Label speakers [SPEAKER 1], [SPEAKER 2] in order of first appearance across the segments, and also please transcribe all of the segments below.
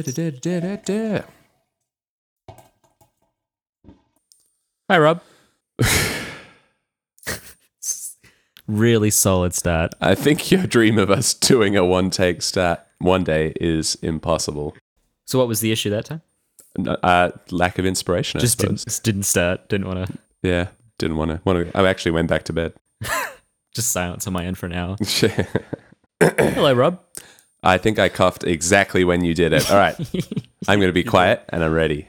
[SPEAKER 1] Da-da-da-da-da-da-da. Hi, Rob. really solid start.
[SPEAKER 2] I think your dream of us doing a one take stat one day is impossible.
[SPEAKER 1] So, what was the issue that time?
[SPEAKER 2] No, uh, lack of inspiration, I
[SPEAKER 1] Just didn't,
[SPEAKER 2] suppose.
[SPEAKER 1] just didn't start. Didn't want to.
[SPEAKER 2] Yeah, didn't want to. Want to. I actually went back to bed.
[SPEAKER 1] Just silence on my end for an hour. Hello, Rob.
[SPEAKER 2] I think I coughed exactly when you did it. All right, I'm going to be quiet and I'm ready.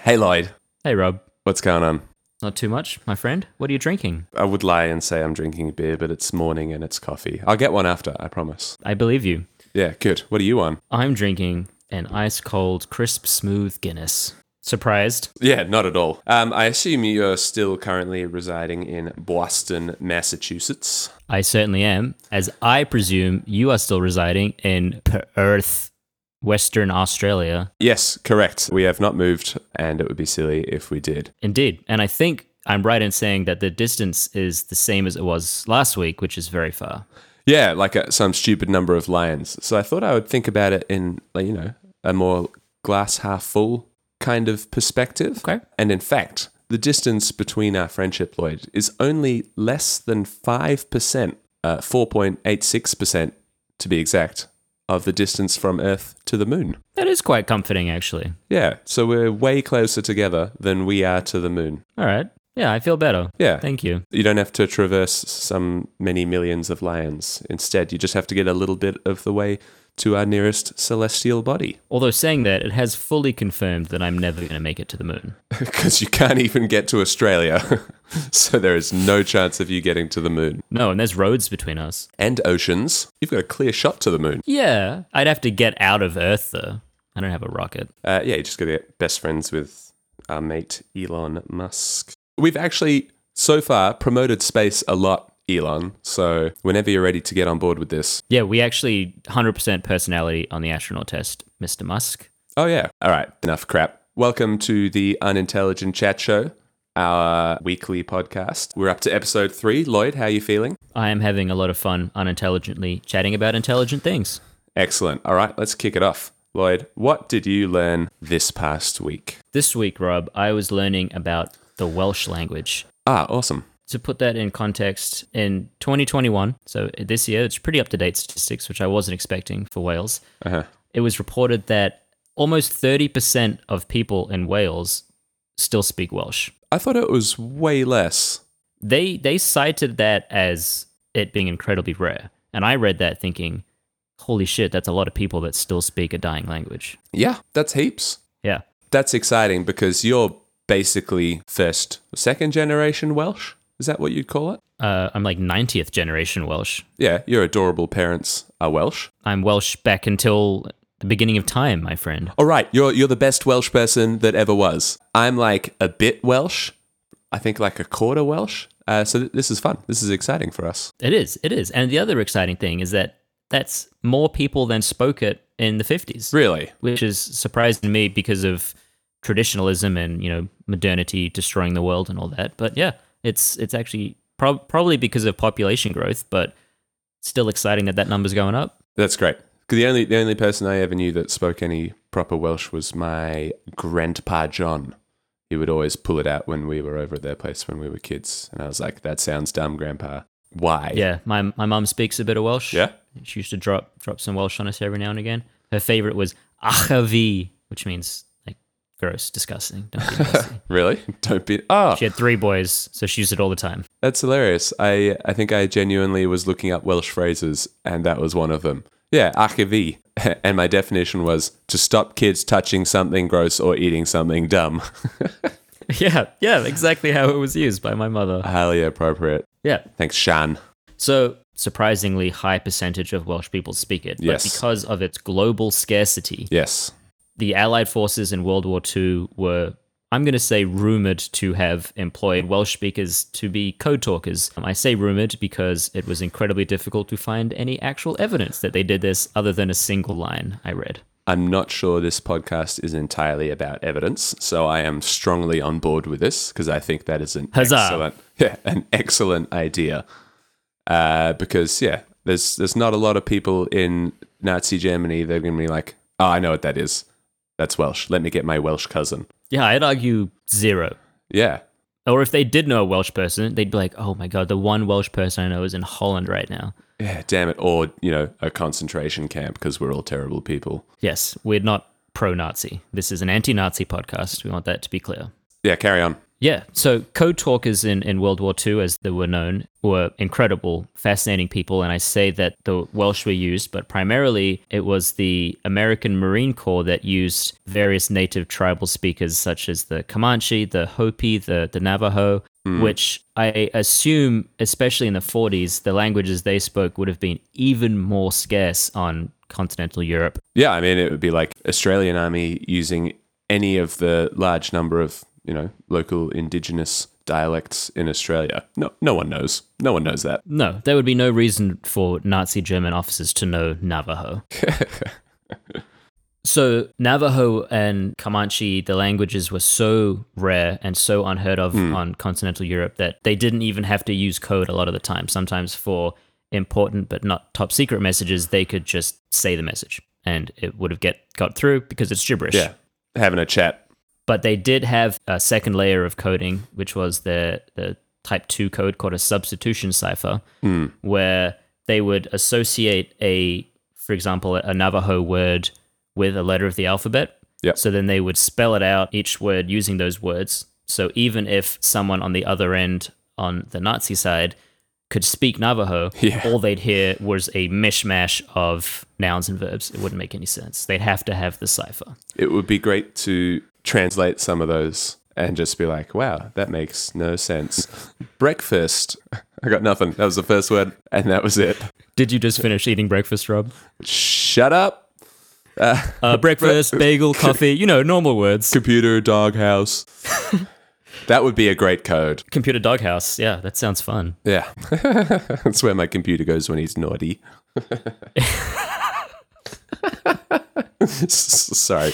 [SPEAKER 2] Hey, Lloyd,
[SPEAKER 1] Hey, Rob.
[SPEAKER 2] what's going on?
[SPEAKER 1] Not too much, my friend. What are you drinking?
[SPEAKER 2] I would lie and say I'm drinking beer, but it's morning and it's coffee. I'll get one after, I promise.
[SPEAKER 1] I believe you.
[SPEAKER 2] Yeah, good. What are you on?
[SPEAKER 1] I'm drinking an ice cold, crisp, smooth Guinness. Surprised?
[SPEAKER 2] Yeah, not at all. Um, I assume you're still currently residing in Boston, Massachusetts.
[SPEAKER 1] I certainly am, as I presume you are still residing in Perth, Western Australia.
[SPEAKER 2] Yes, correct. We have not moved, and it would be silly if we did.
[SPEAKER 1] Indeed. And I think I'm right in saying that the distance is the same as it was last week, which is very far.
[SPEAKER 2] Yeah, like uh some stupid number of lions. So I thought I would think about it in, like, you know, a more glass half full kind of perspective.
[SPEAKER 1] Okay.
[SPEAKER 2] And in fact, the distance between our friendship, Lloyd, is only less than 5%, uh, 4.86% to be exact, of the distance from Earth to the moon.
[SPEAKER 1] That is quite comforting, actually.
[SPEAKER 2] Yeah, so we're way closer together than we are to the moon.
[SPEAKER 1] All right. Yeah, I feel better.
[SPEAKER 2] Yeah.
[SPEAKER 1] Thank you.
[SPEAKER 2] You don't have to traverse some many millions of lions. Instead, you just have to get a little bit of the way to our nearest celestial body.
[SPEAKER 1] Although saying that, it has fully confirmed that I'm never going to make it to the moon.
[SPEAKER 2] Because you can't even get to Australia. so there is no chance of you getting to the moon.
[SPEAKER 1] No, and there's roads between us.
[SPEAKER 2] And oceans. You've got a clear shot to the moon.
[SPEAKER 1] Yeah, I'd have to get out of Earth, though. I don't have a rocket.
[SPEAKER 2] Uh, yeah, you just got to get best friends with our mate Elon Musk. We've actually so far promoted space a lot, Elon. So whenever you're ready to get on board with this,
[SPEAKER 1] Yeah, we actually 100% personality on the astronaut test, Mr. Musk.
[SPEAKER 2] oh yeah, all right, enough crap. Welcome to the Unintelligent Chat Show, our weekly podcast. We're up to episode three. Lloyd, how are you feeling?
[SPEAKER 1] I am having a lot of fun unintelligently chatting about intelligent things.
[SPEAKER 2] Excellent. All right, let's kick it off. Lloyd, what did you learn this past week?
[SPEAKER 1] This week, Rob, I was learning about the Welsh language.
[SPEAKER 2] Ah, awesome.
[SPEAKER 1] To put that in context, in 2021, so this year, it's pretty up to date statistics, which I wasn't expecting for Wales.
[SPEAKER 2] Uh-huh.
[SPEAKER 1] It was reported that almost 30% of people in Wales still speak Welsh.
[SPEAKER 2] I thought it was way less.
[SPEAKER 1] they they cited that as it being incredibly rare and i read that thinking holy shit that's a lot of people that still speak a dying language
[SPEAKER 2] Yeah, that's heaps.
[SPEAKER 1] yeah
[SPEAKER 2] That's exciting because you're basically first, second generation Welsh. Is that what you'd call it?
[SPEAKER 1] uh, i'm like 90th generation welsh
[SPEAKER 2] Yeah, your adorable parents are Welsh.
[SPEAKER 1] i'm welsh back until the beginning of time my friend
[SPEAKER 2] All right, you're you're the best Welsh person that ever was. I'm like a bit Welsh. I think like a quarter Welsh. Uh, so th- this is fun. This is exciting for us.
[SPEAKER 1] it is it is and the other exciting thing is that that's more people than spoke it in the 50s
[SPEAKER 2] Really?
[SPEAKER 1] which is surprising to me because of traditionalism and you know modernity destroying the world and all that. But yeah, it's it's actually prob probably because of population growth, but still exciting that that number's going up.
[SPEAKER 2] That's great. 'Cause the only the only person I ever knew that spoke any proper Welsh was my grandpa John. He would always pull it out when we were over at their place when we were kids, and I was like, "That sounds dumb, grandpa. Why?"
[SPEAKER 1] Yeah, my my mum speaks a bit of Welsh.
[SPEAKER 2] Yeah.
[SPEAKER 1] she used to drop drop some Welsh on us every now and again. Her favorite was achavi, which means like gross, disgusting. Don't be nasty.
[SPEAKER 2] Really? Don't be. Oh,
[SPEAKER 1] she had three boys, so she used it all the time.
[SPEAKER 2] that's hilarious. I, I think I genuinely was looking up Welsh phrases, and that was one of them. Yeah, archivi. And my definition was to stop kids touching something gross or eating something dumb.
[SPEAKER 1] yeah, yeah, exactly how it was used by my mother.
[SPEAKER 2] Highly appropriate.
[SPEAKER 1] Yeah,
[SPEAKER 2] Thanks, Shan.
[SPEAKER 1] So surprisingly high percentage of Welsh people speak it,
[SPEAKER 2] Yes.
[SPEAKER 1] but because of its global scarcity,
[SPEAKER 2] Yes.
[SPEAKER 1] the Allied forces in World War II were, I'm going to say, rumored to have employed Welsh speakers to be code talkers. Um, I say rumored because it was incredibly difficult to find any actual evidence that they did this, other than a single line I read.
[SPEAKER 2] I'm not sure this podcast is entirely about evidence, so I am strongly on board with this because I think that is an
[SPEAKER 1] Huzzah.
[SPEAKER 2] excellent, yeah, an excellent idea. Uh, because yeah, there's there's not a lot of people in Nazi Germany that are going to be like, Oh, I know what that is. That's Welsh. Let me get my Welsh cousin.
[SPEAKER 1] Yeah, I'd argue zero.
[SPEAKER 2] Yeah.
[SPEAKER 1] Or if they did know a Welsh person, they'd be like, oh my God, the one Welsh person I know is in Holland right now.
[SPEAKER 2] Yeah, damn it. Or, you know, a concentration camp because we're all terrible people.
[SPEAKER 1] Yes, we're not pro Nazi. This is an anti Nazi podcast. We want that to be clear.
[SPEAKER 2] Yeah, carry on.
[SPEAKER 1] Yeah, so code talkers in, in World War II, as they were known, were incredible, fascinating people. And I say that the Welsh were used, but primarily it was the American Marine Corps that used various native tribal speakers, such as the Comanche, the Hopi, the, the Navajo, which I assume, especially in the 40s, the languages they spoke would have been even more scarce on continental Europe.
[SPEAKER 2] Yeah, I mean, it would be like Australian army using any of the large number of, you know, local indigenous dialects in Australia. No, no one knows. No one knows that.
[SPEAKER 1] No, there would be no reason for Nazi German officers to know Navajo. so, Navajo and Comanche, the languages were so rare and so unheard of on continental Europe that they didn't even have to use code a lot of the time. Sometimes for important but not top secret messages, they could just say the message and it would have get got through because it's gibberish
[SPEAKER 2] Yeah. Having a chat.
[SPEAKER 1] but they did have a second layer of coding, which was the the type two code called a substitution cipher, where they would associate a, for example, a Navajo word with a letter of the alphabet.
[SPEAKER 2] Yep.
[SPEAKER 1] So then they would spell it out each word using those words. So even if someone on the other end on the Nazi side could speak Navajo,
[SPEAKER 2] Yeah.
[SPEAKER 1] all they'd hear was a mishmash of nouns and verbs. It wouldn't make any sense. They'd have to have the cipher.
[SPEAKER 2] It would be great to translate some of those and just be like, wow, that makes no sense. Breakfast. I got nothing. That was the first word, and that was it.
[SPEAKER 1] Did you just finish eating breakfast, Rob?
[SPEAKER 2] Shut up.
[SPEAKER 1] Uh, breakfast, bagel, coffee, you know, normal words.
[SPEAKER 2] Computer, doghouse. that would be a great code.
[SPEAKER 1] Computer doghouse. Yeah, that sounds fun.
[SPEAKER 2] Yeah. That's where my computer goes when he's naughty. S- Sorry.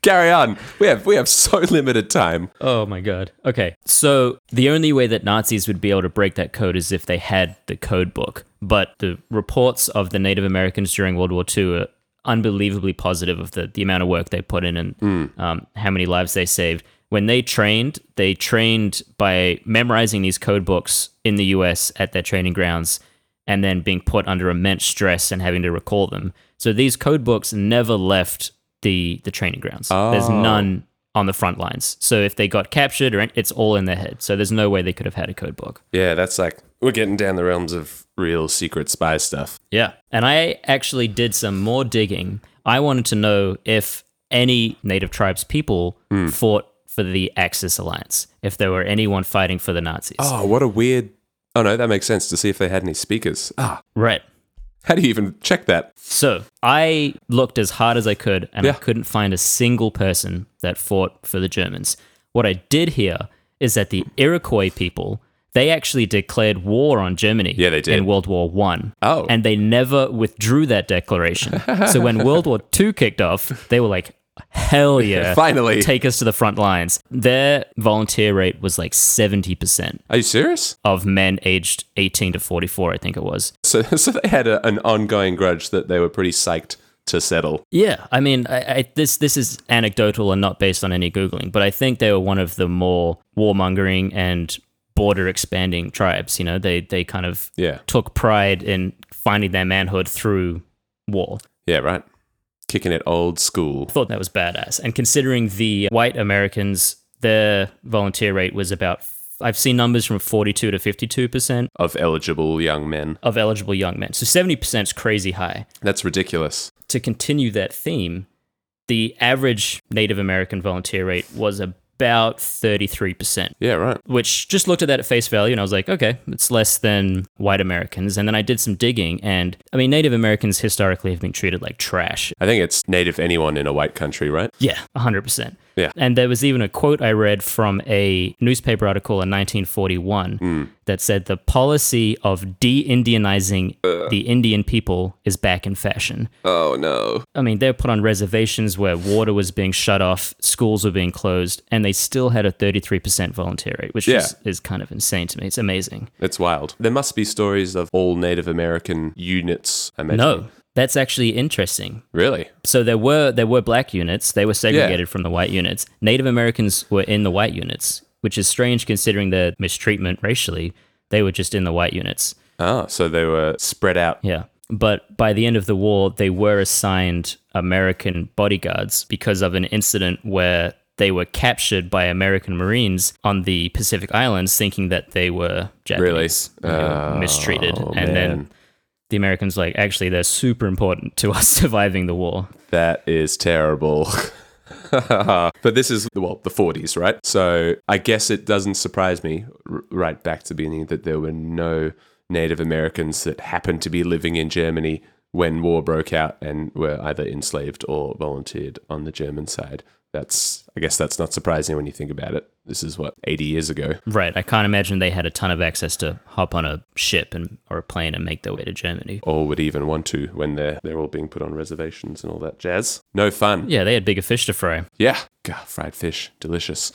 [SPEAKER 2] Carry on. We have we have so limited time.
[SPEAKER 1] Oh my God. Okay. So the only way that Nazis would be able to break that code is if they had the code book. But the reports of the Native Americans during World War II are unbelievably positive of the, the amount of work they put in and um, how many lives they saved. When they trained, they trained by memorizing these code books in the US at their training grounds. and then being put under immense stress and having to recall them. So these code books never left the the training grounds. There's none on the front lines. So if they got captured, or an- it's all in their head. So there's no way they could have had a code book.
[SPEAKER 2] Yeah, that's like we're getting down the realms of real secret spy stuff.
[SPEAKER 1] Yeah. And I actually did some more digging. I wanted to know if any Native tribes people fought for the Axis alliance, if there were anyone fighting for the Nazis.
[SPEAKER 2] Oh, what a weird Oh no, that makes sense to see if they had any speakers. Ah,
[SPEAKER 1] Right.
[SPEAKER 2] how do you even check that?
[SPEAKER 1] So I looked as hard as I could, and I
[SPEAKER 2] Yeah.
[SPEAKER 1] couldn't find a single person that fought for the Germans. What I did hear is that the Iroquois people they actually declared war on Germany.
[SPEAKER 2] Yeah, they did.
[SPEAKER 1] in World War One.
[SPEAKER 2] Oh.
[SPEAKER 1] and they never withdrew that declaration. so when World War Two kicked off, they were like, "Hell yeah!"
[SPEAKER 2] Finally.
[SPEAKER 1] take us to the front lines. Their volunteer rate was like seventy percent
[SPEAKER 2] Are you serious?
[SPEAKER 1] of men aged eighteen to forty-four. I think it was.
[SPEAKER 2] So so they had a, an ongoing grudge that they were pretty psyched to settle.
[SPEAKER 1] Yeah, I mean, I, I, this this is anecdotal and not based on any googling, but I think they were one of the more warmongering and border expanding tribes. You know, they they kind of
[SPEAKER 2] Yeah.
[SPEAKER 1] took pride in finding their manhood through war.
[SPEAKER 2] Yeah, right. Kicking it old school.
[SPEAKER 1] Thought that was badass. And considering the white Americans, their volunteer rate was about I've seen numbers from forty two to fifty two percent
[SPEAKER 2] of eligible young men.
[SPEAKER 1] of eligible young men. So seventy percent is crazy high.
[SPEAKER 2] That's ridiculous.
[SPEAKER 1] to continue that theme, the average Native American volunteer rate was about 33%,
[SPEAKER 2] Yeah, right.
[SPEAKER 1] which just looked at that at face value and I was like, okay, it's less than white Americans. And then I did some digging and I mean, Native Americans historically have been treated like trash.
[SPEAKER 2] I think it's native anyone in a white country, right?
[SPEAKER 1] Yeah, 100%.
[SPEAKER 2] Yeah.
[SPEAKER 1] And there was even a quote I read from a newspaper article in 1941 that said the policy of de Indianizing the Indian people is back in fashion.
[SPEAKER 2] Oh no.
[SPEAKER 1] I mean, they were put on reservations where water was being shut off, schools were being closed, and they still had a 33% volunteer rate, which
[SPEAKER 2] Yeah.
[SPEAKER 1] is, is kind of insane to me. It's amazing.
[SPEAKER 2] It's wild. There must be stories of all Native American units. I imagine.
[SPEAKER 1] No, That's actually interesting.
[SPEAKER 2] Really?
[SPEAKER 1] So there were there were black units. They were segregated from the white units. Native Americans were in the white units, which is strange considering their mistreatment racially. They were just in the white units.
[SPEAKER 2] Oh, so they were spread out.
[SPEAKER 1] Yeah. But by the end of the war, they were assigned American bodyguards because of an incident where they were captured by American Marines on the Pacific Islands, thinking that they were
[SPEAKER 2] Really?
[SPEAKER 1] Japanese, and they were
[SPEAKER 2] Oh,
[SPEAKER 1] mistreated, and
[SPEAKER 2] man.
[SPEAKER 1] then the Americans like actually they're super important to us surviving the war.
[SPEAKER 2] That is terrible. but this is well the 40s, right? So I guess it doesn't surprise me r- right back to the beginning that there were no Native Americans that happened to be living in Germany when war broke out and were either enslaved or volunteered on the German side. That's I guess that's not surprising when you think about it. This is what 80 years ago.
[SPEAKER 1] Right. I can't imagine they had a ton of access to hop on a ship and or a plane and make their way to Germany.
[SPEAKER 2] or would even want to when they're they're all being put on reservations and all that jazz. No fun.
[SPEAKER 1] Yeah, they had bigger fish to fry.
[SPEAKER 2] Yeah. God, fried fish, delicious.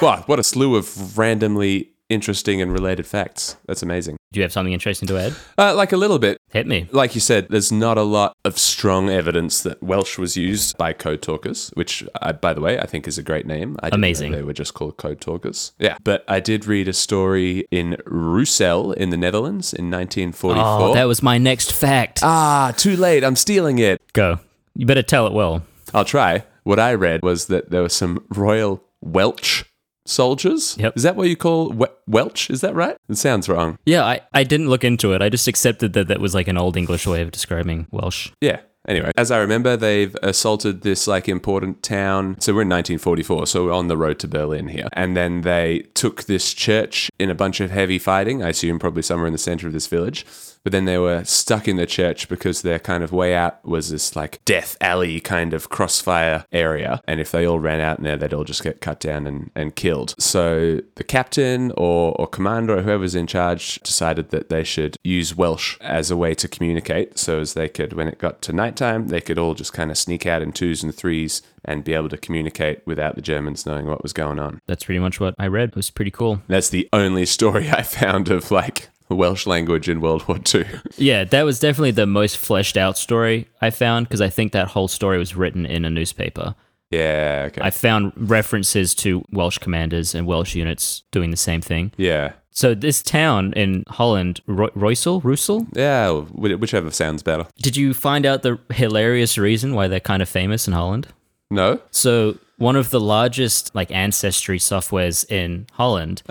[SPEAKER 2] wow, what a slew of randomly interesting and related facts. That's amazing.
[SPEAKER 1] Do you have something interesting to add?
[SPEAKER 2] Uh, like a little bit.
[SPEAKER 1] Hit me.
[SPEAKER 2] Like you said, there's not a lot of strong evidence that Welsh was used by code talkers, which, I, by the way, I think is a great name. I didn't know
[SPEAKER 1] Amazing.
[SPEAKER 2] they were just called code talkers. Yeah. But I did read a story in Roussel in the Netherlands in 1944.
[SPEAKER 1] Oh, that was my next fact.
[SPEAKER 2] ah, too late. I'm stealing it.
[SPEAKER 1] Go. You better tell it well.
[SPEAKER 2] I'll try. What I read was that there were some royal Welch soldiers.
[SPEAKER 1] Yep.
[SPEAKER 2] Is that what you call we- Welch? Is that right? It sounds wrong.
[SPEAKER 1] Yeah, I, I didn't look into it. I just accepted that that was like an old English way of describing Welsh.
[SPEAKER 2] Yeah. Anyway, as I remember, they've assaulted this like important town. So we're in 1944, so we're on the road to Berlin here. And then they took this church in a bunch of heavy fighting, I assume probably somewhere in the center of this village. But then they were stuck in the church because their kind of way out was this like death alley kind of crossfire area. And if they all ran out in there, they'd all just get cut down and, and killed. So the captain or, or commander or whoever's in charge decided that they should use Welsh as a way to communicate so as they could, when it got to nighttime, they could all just kind of sneak out in twos and threes and be able to communicate without the Germans knowing what was going on.
[SPEAKER 1] That's pretty much what I read. It was pretty cool.
[SPEAKER 2] That's the only story I found of like Welsh language in World War II.
[SPEAKER 1] Yeah, that was definitely the most fleshed out story I found because I think that whole story was written in a newspaper.
[SPEAKER 2] yeah, okay.
[SPEAKER 1] I found references to Welsh commanders and Welsh units doing the same thing.
[SPEAKER 2] yeah.
[SPEAKER 1] So this town in Holland, Ro- Roysel, Roosel?
[SPEAKER 2] Yeah, wh- whichever sounds better.
[SPEAKER 1] Did you find out the hilarious reason why they're kind of famous in Holland?
[SPEAKER 2] No?
[SPEAKER 1] So one of the largest like ancestry softwares in Holland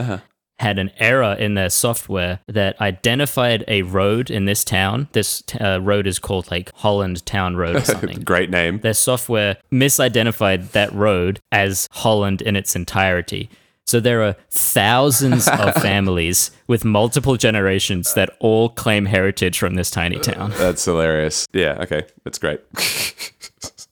[SPEAKER 1] had an error in their software that identified a road in this town. This t- uh, road is called like Holland Town Road or something.
[SPEAKER 2] Great name.
[SPEAKER 1] their software misidentified that road as Holland in its entirety. So there are thousands of families with multiple generations that all claim heritage from this tiny town.
[SPEAKER 2] That's hilarious. Yeah, okay. That's great.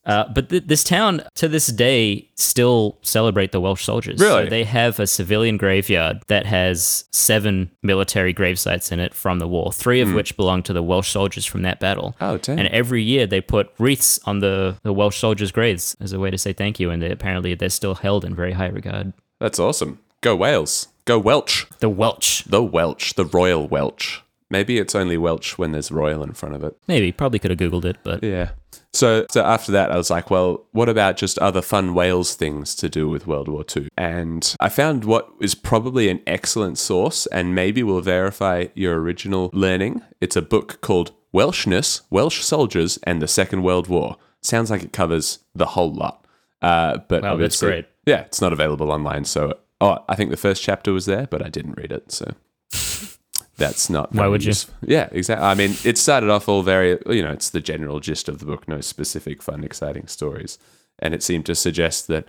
[SPEAKER 1] Uh, but th- this town, to this day, still celebrate the Welsh soldiers.
[SPEAKER 2] Really?
[SPEAKER 1] So they have a civilian graveyard that has seven military gravesites in it from the war, three of which belong to the Welsh soldiers from that battle.
[SPEAKER 2] Hmm. Oh, damn.
[SPEAKER 1] And every year they put wreaths on the, the Welsh soldiers' graves as a way to say thank you, and they, apparently they're still held in very high regard.
[SPEAKER 2] That's awesome. Go Wales. Go Welch.
[SPEAKER 1] The Welsh,
[SPEAKER 2] The Welch. The Royal Welch. Maybe it's only Welch when there's Royal in front of it.
[SPEAKER 1] maybe, probably could have Googled it, but
[SPEAKER 2] Yeah. So, so after that, I was like, well, what about just other fun Wales things to do with World War II? And I found what is probably an excellent source and maybe will verify your original learning. It's a book called Welshness, Welsh Soldiers and the Second World War. Sounds like it covers the whole lot. Uh, but
[SPEAKER 1] Wow, that's
[SPEAKER 2] obviously-
[SPEAKER 1] great.
[SPEAKER 2] Yeah, it's not available online. So, oh, I think the first chapter was there, but I didn't read it. So that's not
[SPEAKER 1] Why
[SPEAKER 2] very
[SPEAKER 1] would you?
[SPEAKER 2] useful. yeah exactly i mean it started off all very you know it's the general gist of the book no specific fun exciting stories and it seemed to suggest that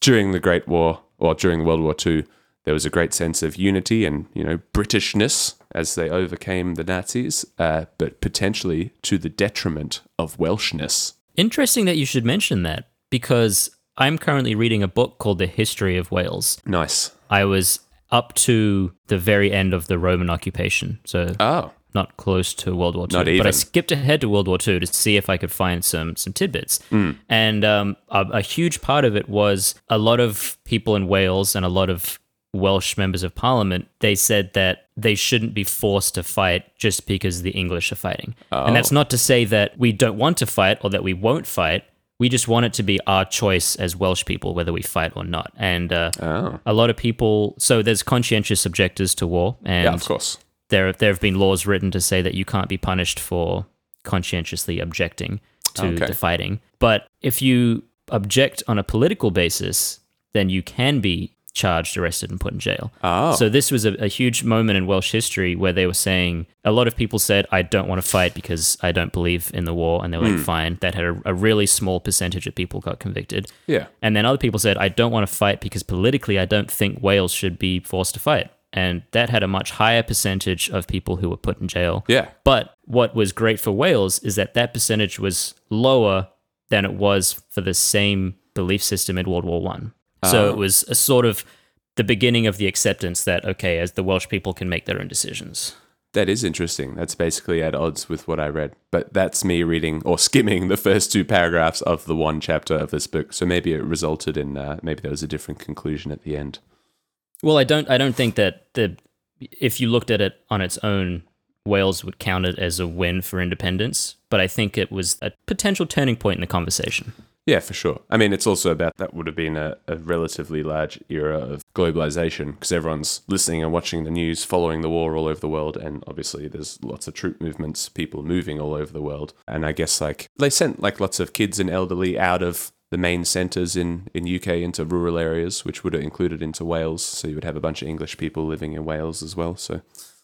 [SPEAKER 2] during the great war or during world war ii there was a great sense of unity and you know britishness as they overcame the nazis uh, but potentially to the detriment of welshness
[SPEAKER 1] interesting that you should mention that because I'm currently reading a book called The History of Wales.
[SPEAKER 2] nice
[SPEAKER 1] I was up to the very end of the Roman occupation, so
[SPEAKER 2] oh
[SPEAKER 1] not close to World War II.
[SPEAKER 2] Not
[SPEAKER 1] But I
[SPEAKER 2] even.
[SPEAKER 1] skipped ahead to World War II to see if I could find some some tidbits.
[SPEAKER 2] Hmm.
[SPEAKER 1] And um, a, a huge part of it was a lot of people in Wales and a lot of Welsh members of parliament, they said that they shouldn't be forced to fight just because the English are fighting. And
[SPEAKER 2] Oh.
[SPEAKER 1] that's not to say that we don't want to fight or that we won't fight. We just want it to be our choice as Welsh people whether we fight or not. And uh,
[SPEAKER 2] Oh,
[SPEAKER 1] a lot of people, so there's conscientious objectors to war, and
[SPEAKER 2] yeah, of course.
[SPEAKER 1] there there have been laws written to say that you can't be punished for conscientiously objecting to
[SPEAKER 2] Okay.
[SPEAKER 1] the fighting. But if you object on a political basis, then you can be charged, arrested, and put in jail.
[SPEAKER 2] Oh,
[SPEAKER 1] So this was a, a huge moment in Welsh history where they were saying a lot of people said, "I don't want to fight because I don't believe in the war," and they were
[SPEAKER 2] Hmm.
[SPEAKER 1] like, "Fine." That had a, a really small percentage of people got convicted.
[SPEAKER 2] yeah.
[SPEAKER 1] And then other people said, I don't want to fight because politically I don't think Wales should be forced to fight. And that had a much higher percentage of people who were put in jail.
[SPEAKER 2] Yeah.
[SPEAKER 1] But what was great for Wales is that that percentage was lower than it was for the same belief system in World War One. So it was a sort of the beginning of the acceptance that okay, as the Welsh people can make their own decisions.
[SPEAKER 2] That is interesting. That's basically at odds with what I read. But that's me reading or skimming the first two paragraphs of the one chapter of this book. So maybe it resulted in uh, maybe there was a different conclusion at the end.
[SPEAKER 1] Well, I don't. I don't think that the if you looked at it on its own, Wales would count it as a win for independence. But I think it was a potential turning point in the conversation.
[SPEAKER 2] Yeah, for sure. I mean, it's also about that would have been a, a relatively large era of globalization because everyone's listening and watching the news, following the war all over the world. And obviously, there's lots of troop movements, people moving all over the world. And I guess, like, they sent like lots of kids and elderly out of the main centres in, in UK into rural areas, which would have included into Wales. So you would have a bunch of English people living in Wales as well. So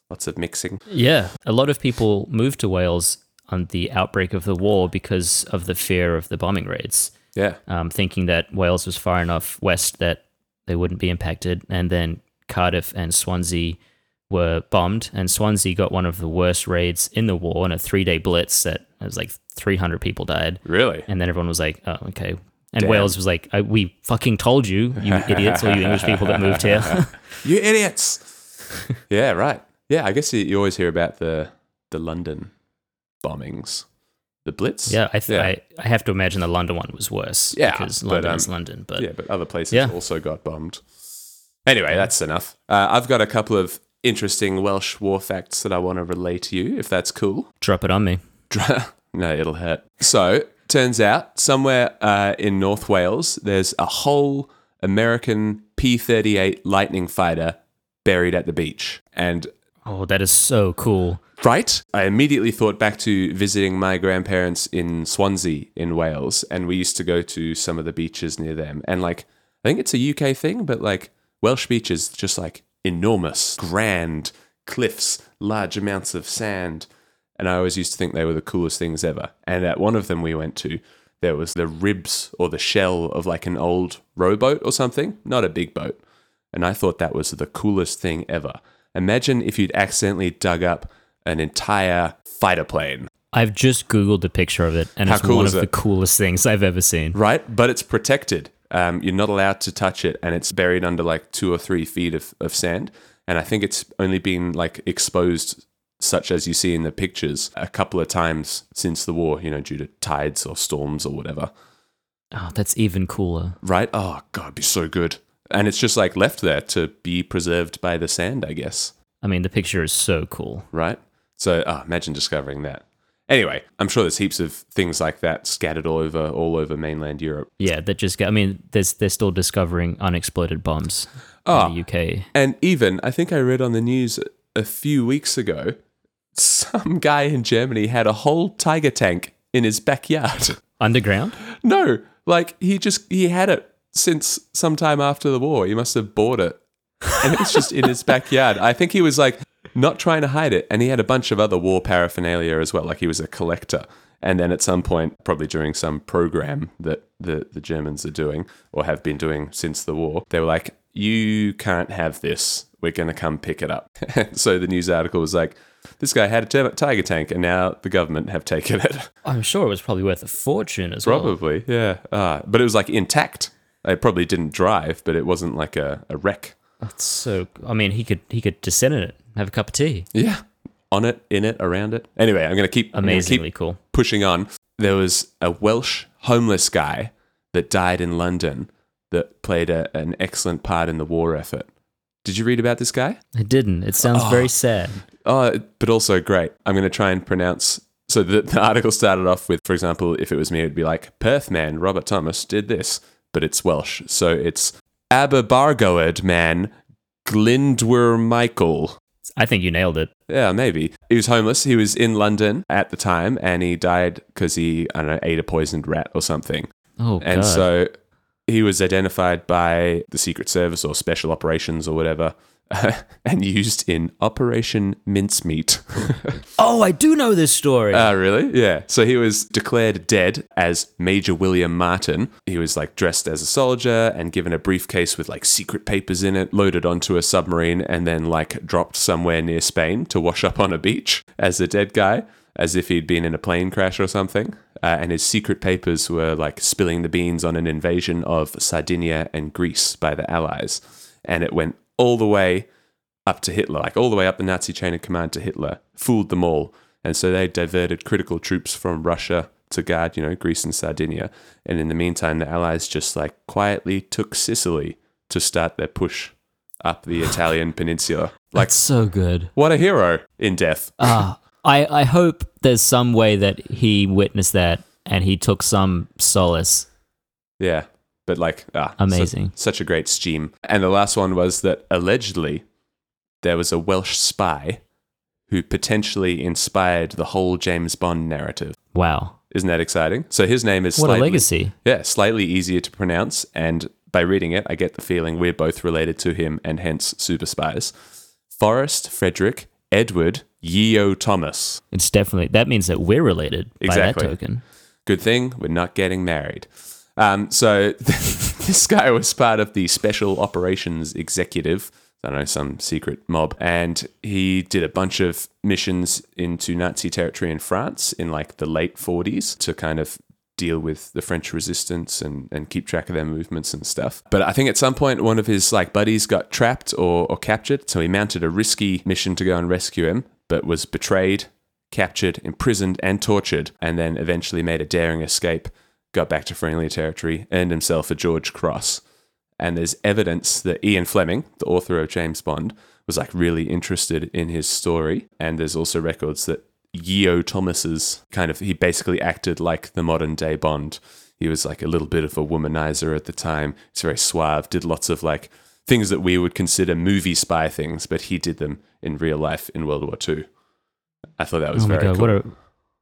[SPEAKER 2] lots of mixing.
[SPEAKER 1] Yeah, a lot of people moved to Wales on the outbreak of the war because of the fear of the bombing raids,
[SPEAKER 2] Yeah.
[SPEAKER 1] um, thinking that Wales was far enough west that they wouldn't be impacted. And then Cardiff and Swansea were bombed, and Swansea got one of the worst raids in the war in a three-day blitz that it was like 300 people died.
[SPEAKER 2] Really?
[SPEAKER 1] And then everyone was like, oh, okay. And Wales was like, I, we fucking told you, you idiots, or you English people that moved here.
[SPEAKER 2] You idiots. yeah, right. Yeah, I guess you, you always hear about the the London bombings, the Blitz.
[SPEAKER 1] yeah, I, th-
[SPEAKER 2] Yeah.
[SPEAKER 1] I, I have to imagine the London one was worse.
[SPEAKER 2] Yeah,
[SPEAKER 1] Because
[SPEAKER 2] but,
[SPEAKER 1] London
[SPEAKER 2] um,
[SPEAKER 1] is London. But
[SPEAKER 2] yeah, but other places
[SPEAKER 1] Yeah.
[SPEAKER 2] also got bombed. Anyway, that's enough. Uh, I've got a couple of interesting Welsh war facts that I want to relate to you, if that's cool.
[SPEAKER 1] drop it on me.
[SPEAKER 2] Dr- no, it'll hurt. So, turns out somewhere uh, in North Wales, there's a whole American P 38 Lightning fighter buried at the beach. And
[SPEAKER 1] Oh, that is so cool.
[SPEAKER 2] Right? I immediately thought back to visiting my grandparents in Swansea in Wales, and we used to go to some of the beaches near them. And like, I think it's a UK thing, but like Welsh beaches, just like enormous, grand cliffs, large amounts of sand. And I always used to think they were the coolest things ever. And at one of them we went to, there was the ribs or the shell of like an old rowboat or something, not a big boat. And I thought that was the coolest thing ever. Imagine if you'd accidentally dug up an entire fighter plane,
[SPEAKER 1] I've just Googled the picture of it, and
[SPEAKER 2] How
[SPEAKER 1] it's
[SPEAKER 2] cool
[SPEAKER 1] one
[SPEAKER 2] is
[SPEAKER 1] of the
[SPEAKER 2] it?
[SPEAKER 1] coolest things I've ever seen.
[SPEAKER 2] right? But it's protected. Um, you're not allowed to touch it, and it's buried under like two or three feet of, of sand. And I think it's only been like exposed, such as you see in the pictures, a couple of times since the war, you know, due to tides or storms or whatever.
[SPEAKER 1] Oh, that's even cooler.
[SPEAKER 2] right? Oh god, it'd be so good. And it's just like left there to be preserved by the sand, I guess,
[SPEAKER 1] I mean, the picture is so cool.
[SPEAKER 2] right? So oh, imagine discovering that. Anyway, I'm sure there's heaps of things like that scattered all over all over mainland Europe.
[SPEAKER 1] Yeah, that just got, I mean, there's, they're still discovering unexploded bombs
[SPEAKER 2] Ah.
[SPEAKER 1] in the UK.
[SPEAKER 2] And even I think I read on the news a few weeks ago, some guy in Germany had a whole tiger tank in his backyard.
[SPEAKER 1] Underground?
[SPEAKER 2] no, like he just he had it since sometime after the war. He must have bought it, and it's just in his backyard. I think he was like not trying to hide it, and he had a bunch of other war paraphernalia as well. Like he was a collector. And then at some point, probably during some program that the, the Germans are doing or have been doing since the war, they were like, You can't have this. We're going to come pick it up. so the news article was like, This guy had a ter- tiger tank, and now the government have taken it.
[SPEAKER 1] I'm sure it was probably worth a fortune as well.
[SPEAKER 2] Probably, yeah. Uh, but it was like intact. It probably didn't drive, but it wasn't like a, a wreck.
[SPEAKER 1] That's so, I mean, he could, he could descend in it, have a cup of tea.
[SPEAKER 2] Yeah. On it, in it, around it. Anyway, I'm going to keep, I'm gonna
[SPEAKER 1] Amazingly
[SPEAKER 2] keep
[SPEAKER 1] cool.
[SPEAKER 2] pushing on. There was a Welsh homeless guy that died in London that played a, an excellent part in the war effort. Did you read about this guy?
[SPEAKER 1] I didn't. It sounds very sad.
[SPEAKER 2] Oh, but also great. I'm going to try and pronounce. So the, the article started off with, for example, if it was me, it would be like, Perth man Robert Thomas did this, but it's Welsh. So it's Aberbargoed man Glindwer Michael.
[SPEAKER 1] I think you nailed it.
[SPEAKER 2] Yeah, maybe. He was homeless. He was in London at the time and he died because he, I don't know, ate a poisoned rat or something.
[SPEAKER 1] Oh,
[SPEAKER 2] And
[SPEAKER 1] God.
[SPEAKER 2] so he was identified by the Secret Service or Special Operations or whatever and used in Operation Mincemeat.
[SPEAKER 1] oh, I do know this story.
[SPEAKER 2] Oh, really? Yeah. So he was declared dead as Major William Martin. He was like dressed as a soldier and given a briefcase with like secret papers in it, loaded onto a submarine, and then like dropped somewhere near Spain to wash up on a beach as a dead guy, as if he'd been in a plane crash or something. Uh, and his secret papers were like spilling the beans on an invasion of Sardinia and Greece by the Allies. And it went all the way up to Hitler, like all the way up the Nazi chain of command to Hitler, fooled them all. And so they diverted critical troops from Russia to guard, you know, Greece and Sardinia. And in the meantime, the Allies just like quietly took Sicily to start their push up the Italian peninsula. Like,
[SPEAKER 1] That's so good.
[SPEAKER 2] what a hero in death.
[SPEAKER 1] Ah, I, I hope there's some way that he witnessed that and he took some solace.
[SPEAKER 2] Yeah. But like, ah, su-
[SPEAKER 1] Amazing.
[SPEAKER 2] such a great steam. And the last one was that allegedly there was a Welsh spy who potentially inspired the whole James Bond narrative.
[SPEAKER 1] Wow.
[SPEAKER 2] Isn't that exciting? So his name is
[SPEAKER 1] What
[SPEAKER 2] slightly,
[SPEAKER 1] a legacy.
[SPEAKER 2] Yeah, slightly easier to pronounce, and by reading it, I get the feeling we're both related to him, and hence super spies. Forrest Frederick Edward Yeo Thomas.
[SPEAKER 1] It's definitely, that means that we're related by
[SPEAKER 2] Exactly.
[SPEAKER 1] that token.
[SPEAKER 2] Good thing we're not getting married. Um, so this guy was part of the Special Operations Executive. I don't know, some secret mob. And he did a bunch of missions into Nazi territory in France in like the late 40s to kind of deal with the French resistance and, and keep track of their movements and stuff. But I think at some point one of his like buddies got trapped or, or captured. So he mounted a risky mission to go and rescue him, but was betrayed, captured, imprisoned, and tortured, and then eventually made a daring escape, got back to Friendly territory, earned himself a George Cross. And there's evidence that Ian Fleming, the author of James Bond, was like really interested in his story. And there's also records that Yeo Thomas's kind of he basically acted like the modern day Bond. He was like a little bit of a womanizer at the time. He's very suave, did lots of like things that we would consider movie spy things, but he did them in real life in World War II. I thought that was
[SPEAKER 1] Oh my
[SPEAKER 2] very
[SPEAKER 1] God.
[SPEAKER 2] cool.
[SPEAKER 1] What a,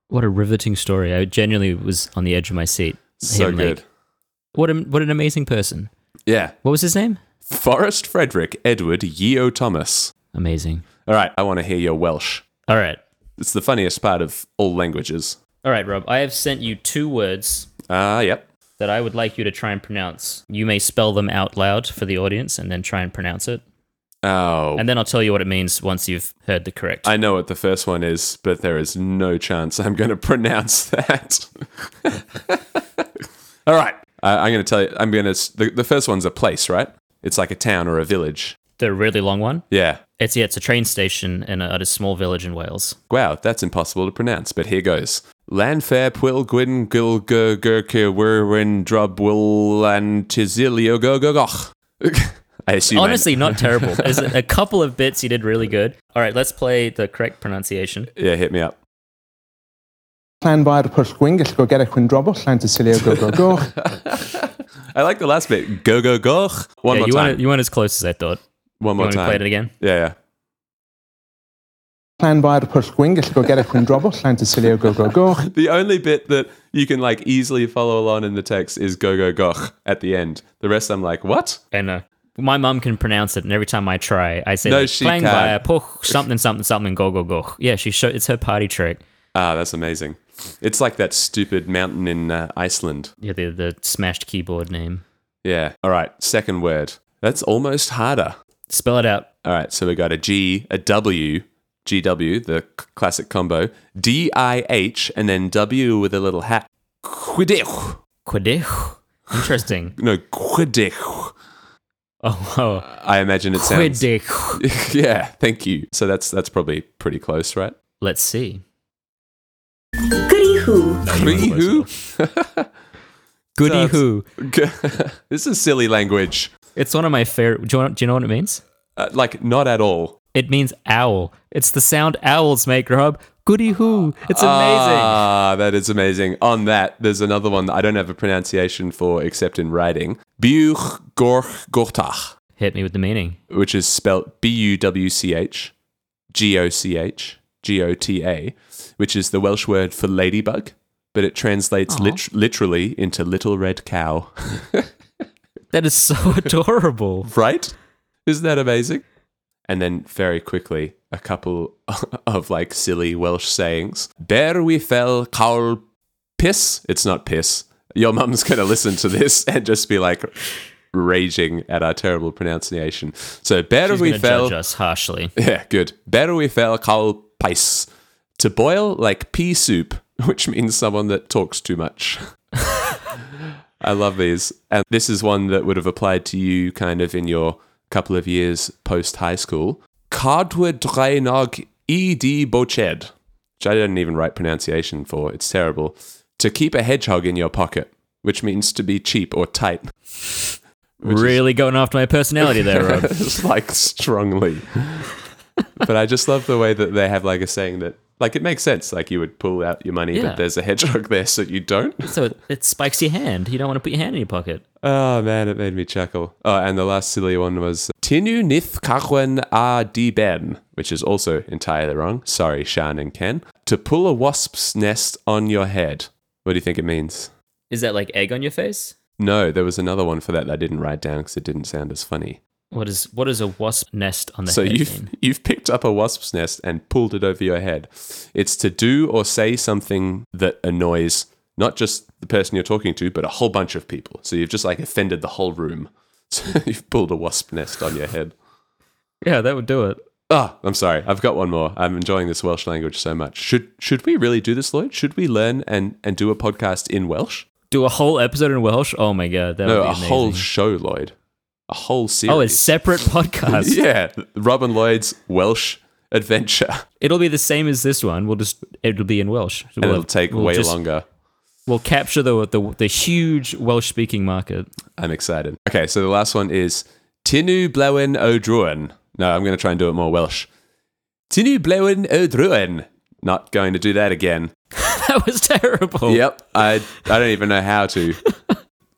[SPEAKER 1] what a riveting story. I genuinely was on the edge of my seat.
[SPEAKER 2] so
[SPEAKER 1] Him, like,
[SPEAKER 2] good.
[SPEAKER 1] What, an what an amazing person.
[SPEAKER 2] Yeah.
[SPEAKER 1] What was his name?
[SPEAKER 2] Forrest Frederick Edward Yeo Thomas.
[SPEAKER 1] Amazing.
[SPEAKER 2] All right, I want to hear your Welsh.
[SPEAKER 1] All right.
[SPEAKER 2] It's the funniest part of all languages.
[SPEAKER 1] All right, Rob. I have sent you two words
[SPEAKER 2] Ah, yep.
[SPEAKER 1] that I would like you to try and pronounce. You may spell them out loud for the audience and then try and pronounce it.
[SPEAKER 2] Oh,
[SPEAKER 1] And then I'll tell you what it means once you've heard the correct.
[SPEAKER 2] I know what the first one is, but there is no chance I'm going to pronounce that. All right. I I'm going to tell you. I'm going to. The, the first one's a place, right? It's like a town or a village.
[SPEAKER 1] the really long one.
[SPEAKER 2] Yeah.
[SPEAKER 1] It's yeah, it's a train station in a, at a small village in Wales.
[SPEAKER 2] Wow, that's impossible to pronounce, but here goes. Lanfair pwil gwyn gil gur gurkir wirwin drubwil antizilio go go goch. I assume. I-
[SPEAKER 1] Honestly, not terrible. There's a couple of bits you did really good. All right, let's play the correct pronunciation.
[SPEAKER 2] yeah, hit me up.
[SPEAKER 3] Llanfair pwll gwyn, gall go gerach wyn drobwll, llan tysilio go go goch.
[SPEAKER 2] I like the last bit. Go go goch. One
[SPEAKER 1] yeah,
[SPEAKER 2] more time.
[SPEAKER 1] you weren't you weren't as close as I thought.
[SPEAKER 2] One
[SPEAKER 1] You
[SPEAKER 2] more
[SPEAKER 1] want to
[SPEAKER 2] time.
[SPEAKER 1] play it again?
[SPEAKER 2] Yeah, yeah.
[SPEAKER 3] Llanfair pwll gwyn, gall go gerach wyn drobwll, llan tysilio go go goch.
[SPEAKER 2] The only bit that you can like easily follow along in the text is go go goch at the end. The rest I'm like, what?
[SPEAKER 1] And uh, my mum can pronounce it, and every time I try, I say
[SPEAKER 2] No,
[SPEAKER 1] like,
[SPEAKER 2] she
[SPEAKER 1] "Clang
[SPEAKER 2] can't.
[SPEAKER 1] by, poch, something something something go go go. Yeah, she show it's her party trick.
[SPEAKER 2] Ah, that's amazing. It's like that stupid mountain in uh, Iceland.
[SPEAKER 1] Yeah, the the smashed keyboard name.
[SPEAKER 2] Yeah. All right. Second word. That's almost harder.
[SPEAKER 1] Spell it out.
[SPEAKER 2] All right. So we got a G, a W, GW, the c- classic combo, D I H, and then W with a little hat. Quidich.
[SPEAKER 1] Quidich. Interesting.
[SPEAKER 2] No, quidich.
[SPEAKER 1] oh, wow.
[SPEAKER 2] I imagine it sounds.
[SPEAKER 1] Quidich.
[SPEAKER 2] yeah. Thank you. So that's that's probably pretty close, right?
[SPEAKER 1] Let's see.
[SPEAKER 4] Goody who?
[SPEAKER 2] Three who?
[SPEAKER 1] Goody
[SPEAKER 2] it's-
[SPEAKER 1] who.
[SPEAKER 2] this is silly language.
[SPEAKER 1] It's one of my favorite. Do you, know, do you know what it means?
[SPEAKER 2] Uh, like, not at all.
[SPEAKER 1] It means owl. It's the sound owls make, Rob. Goody hoo. It's amazing.
[SPEAKER 2] Ah, that is amazing. On that, there's another one that I don't have a pronunciation for except in writing. Buch Gorch Gortach,
[SPEAKER 1] Hit me with the meaning.
[SPEAKER 2] which is spelt B U W C H G O C H G O T A, which is the Welsh word for ladybug, but it translates lit- literally into little red cow.
[SPEAKER 1] That is so adorable.
[SPEAKER 2] right? Isn't that amazing? And then very quickly, a couple of like silly Welsh sayings. Bear we fell cowl piss. It's not piss. Your mum's going to listen to this and just be like raging at our terrible pronunciation. So bear
[SPEAKER 1] She's
[SPEAKER 2] we
[SPEAKER 1] gonna judge
[SPEAKER 2] fell.
[SPEAKER 1] us harshly.
[SPEAKER 2] Yeah, good. Bear we fell cowl pice. To boil like pea soup, which means someone that talks too much. I love these. And this is one that would have applied to you kind of in your couple of years post high school. Cardwood Dreinog ED Boched, which I didn't even write pronunciation for. It's terrible. To keep a hedgehog in your pocket, which means to be cheap or tight. Which is-
[SPEAKER 1] Really going after my personality there, Rob.
[SPEAKER 2] it's like strongly. but I just love the way that they have like a saying that, like, it makes sense. Like, you would pull out your money,
[SPEAKER 1] Yeah.
[SPEAKER 2] but there's a hedgehog there, so you don't.
[SPEAKER 1] so it, it spikes your hand. You don't want to put your hand in your pocket.
[SPEAKER 2] Oh man, it made me chuckle. Oh, and the last silly one was Tinu nith kachwen a di ben, which is also entirely wrong. Sorry, Sean and Ken. To pull a wasp's nest on your head. What do you think it means?
[SPEAKER 1] Is that like egg on your face?
[SPEAKER 2] No, there was another one for that that I didn't write down because it didn't sound as funny.
[SPEAKER 1] What is what is a wasp nest on the
[SPEAKER 2] so
[SPEAKER 1] head?
[SPEAKER 2] you've
[SPEAKER 1] mean?
[SPEAKER 2] you've picked up a wasp's nest and pulled it over your head. It's to do or say something that annoys not just the person you're talking to, but a whole bunch of people. So you've just like offended the whole room. So you've pulled a wasp nest on your head.
[SPEAKER 1] Yeah, that would do it.
[SPEAKER 2] Ah, I'm sorry. I've got one more. I'm enjoying this Welsh language so much. Should should we really do this, Lloyd? Should we learn and and do a podcast in Welsh?
[SPEAKER 1] Do a whole episode in Welsh? Oh my god, that
[SPEAKER 2] no,
[SPEAKER 1] would be
[SPEAKER 2] a
[SPEAKER 1] amazing.
[SPEAKER 2] whole show, Lloyd. A whole series.
[SPEAKER 1] oh, a separate podcast.
[SPEAKER 2] yeah, Robin Lloyd's Welsh adventure.
[SPEAKER 1] It'll be the same as this one. We'll just it'll be in Welsh.
[SPEAKER 2] And it'll take way
[SPEAKER 1] just-
[SPEAKER 2] longer.
[SPEAKER 1] We'll capture the the, the huge Welsh speaking market.
[SPEAKER 2] I'm excited. Okay, so the last one is Tinu Blewin o Druin. No, I'm going to try and do it more Welsh. Tinu Blewin o Druin. Not going to do that again.
[SPEAKER 1] That was terrible.
[SPEAKER 2] Yep, I I don't even know how to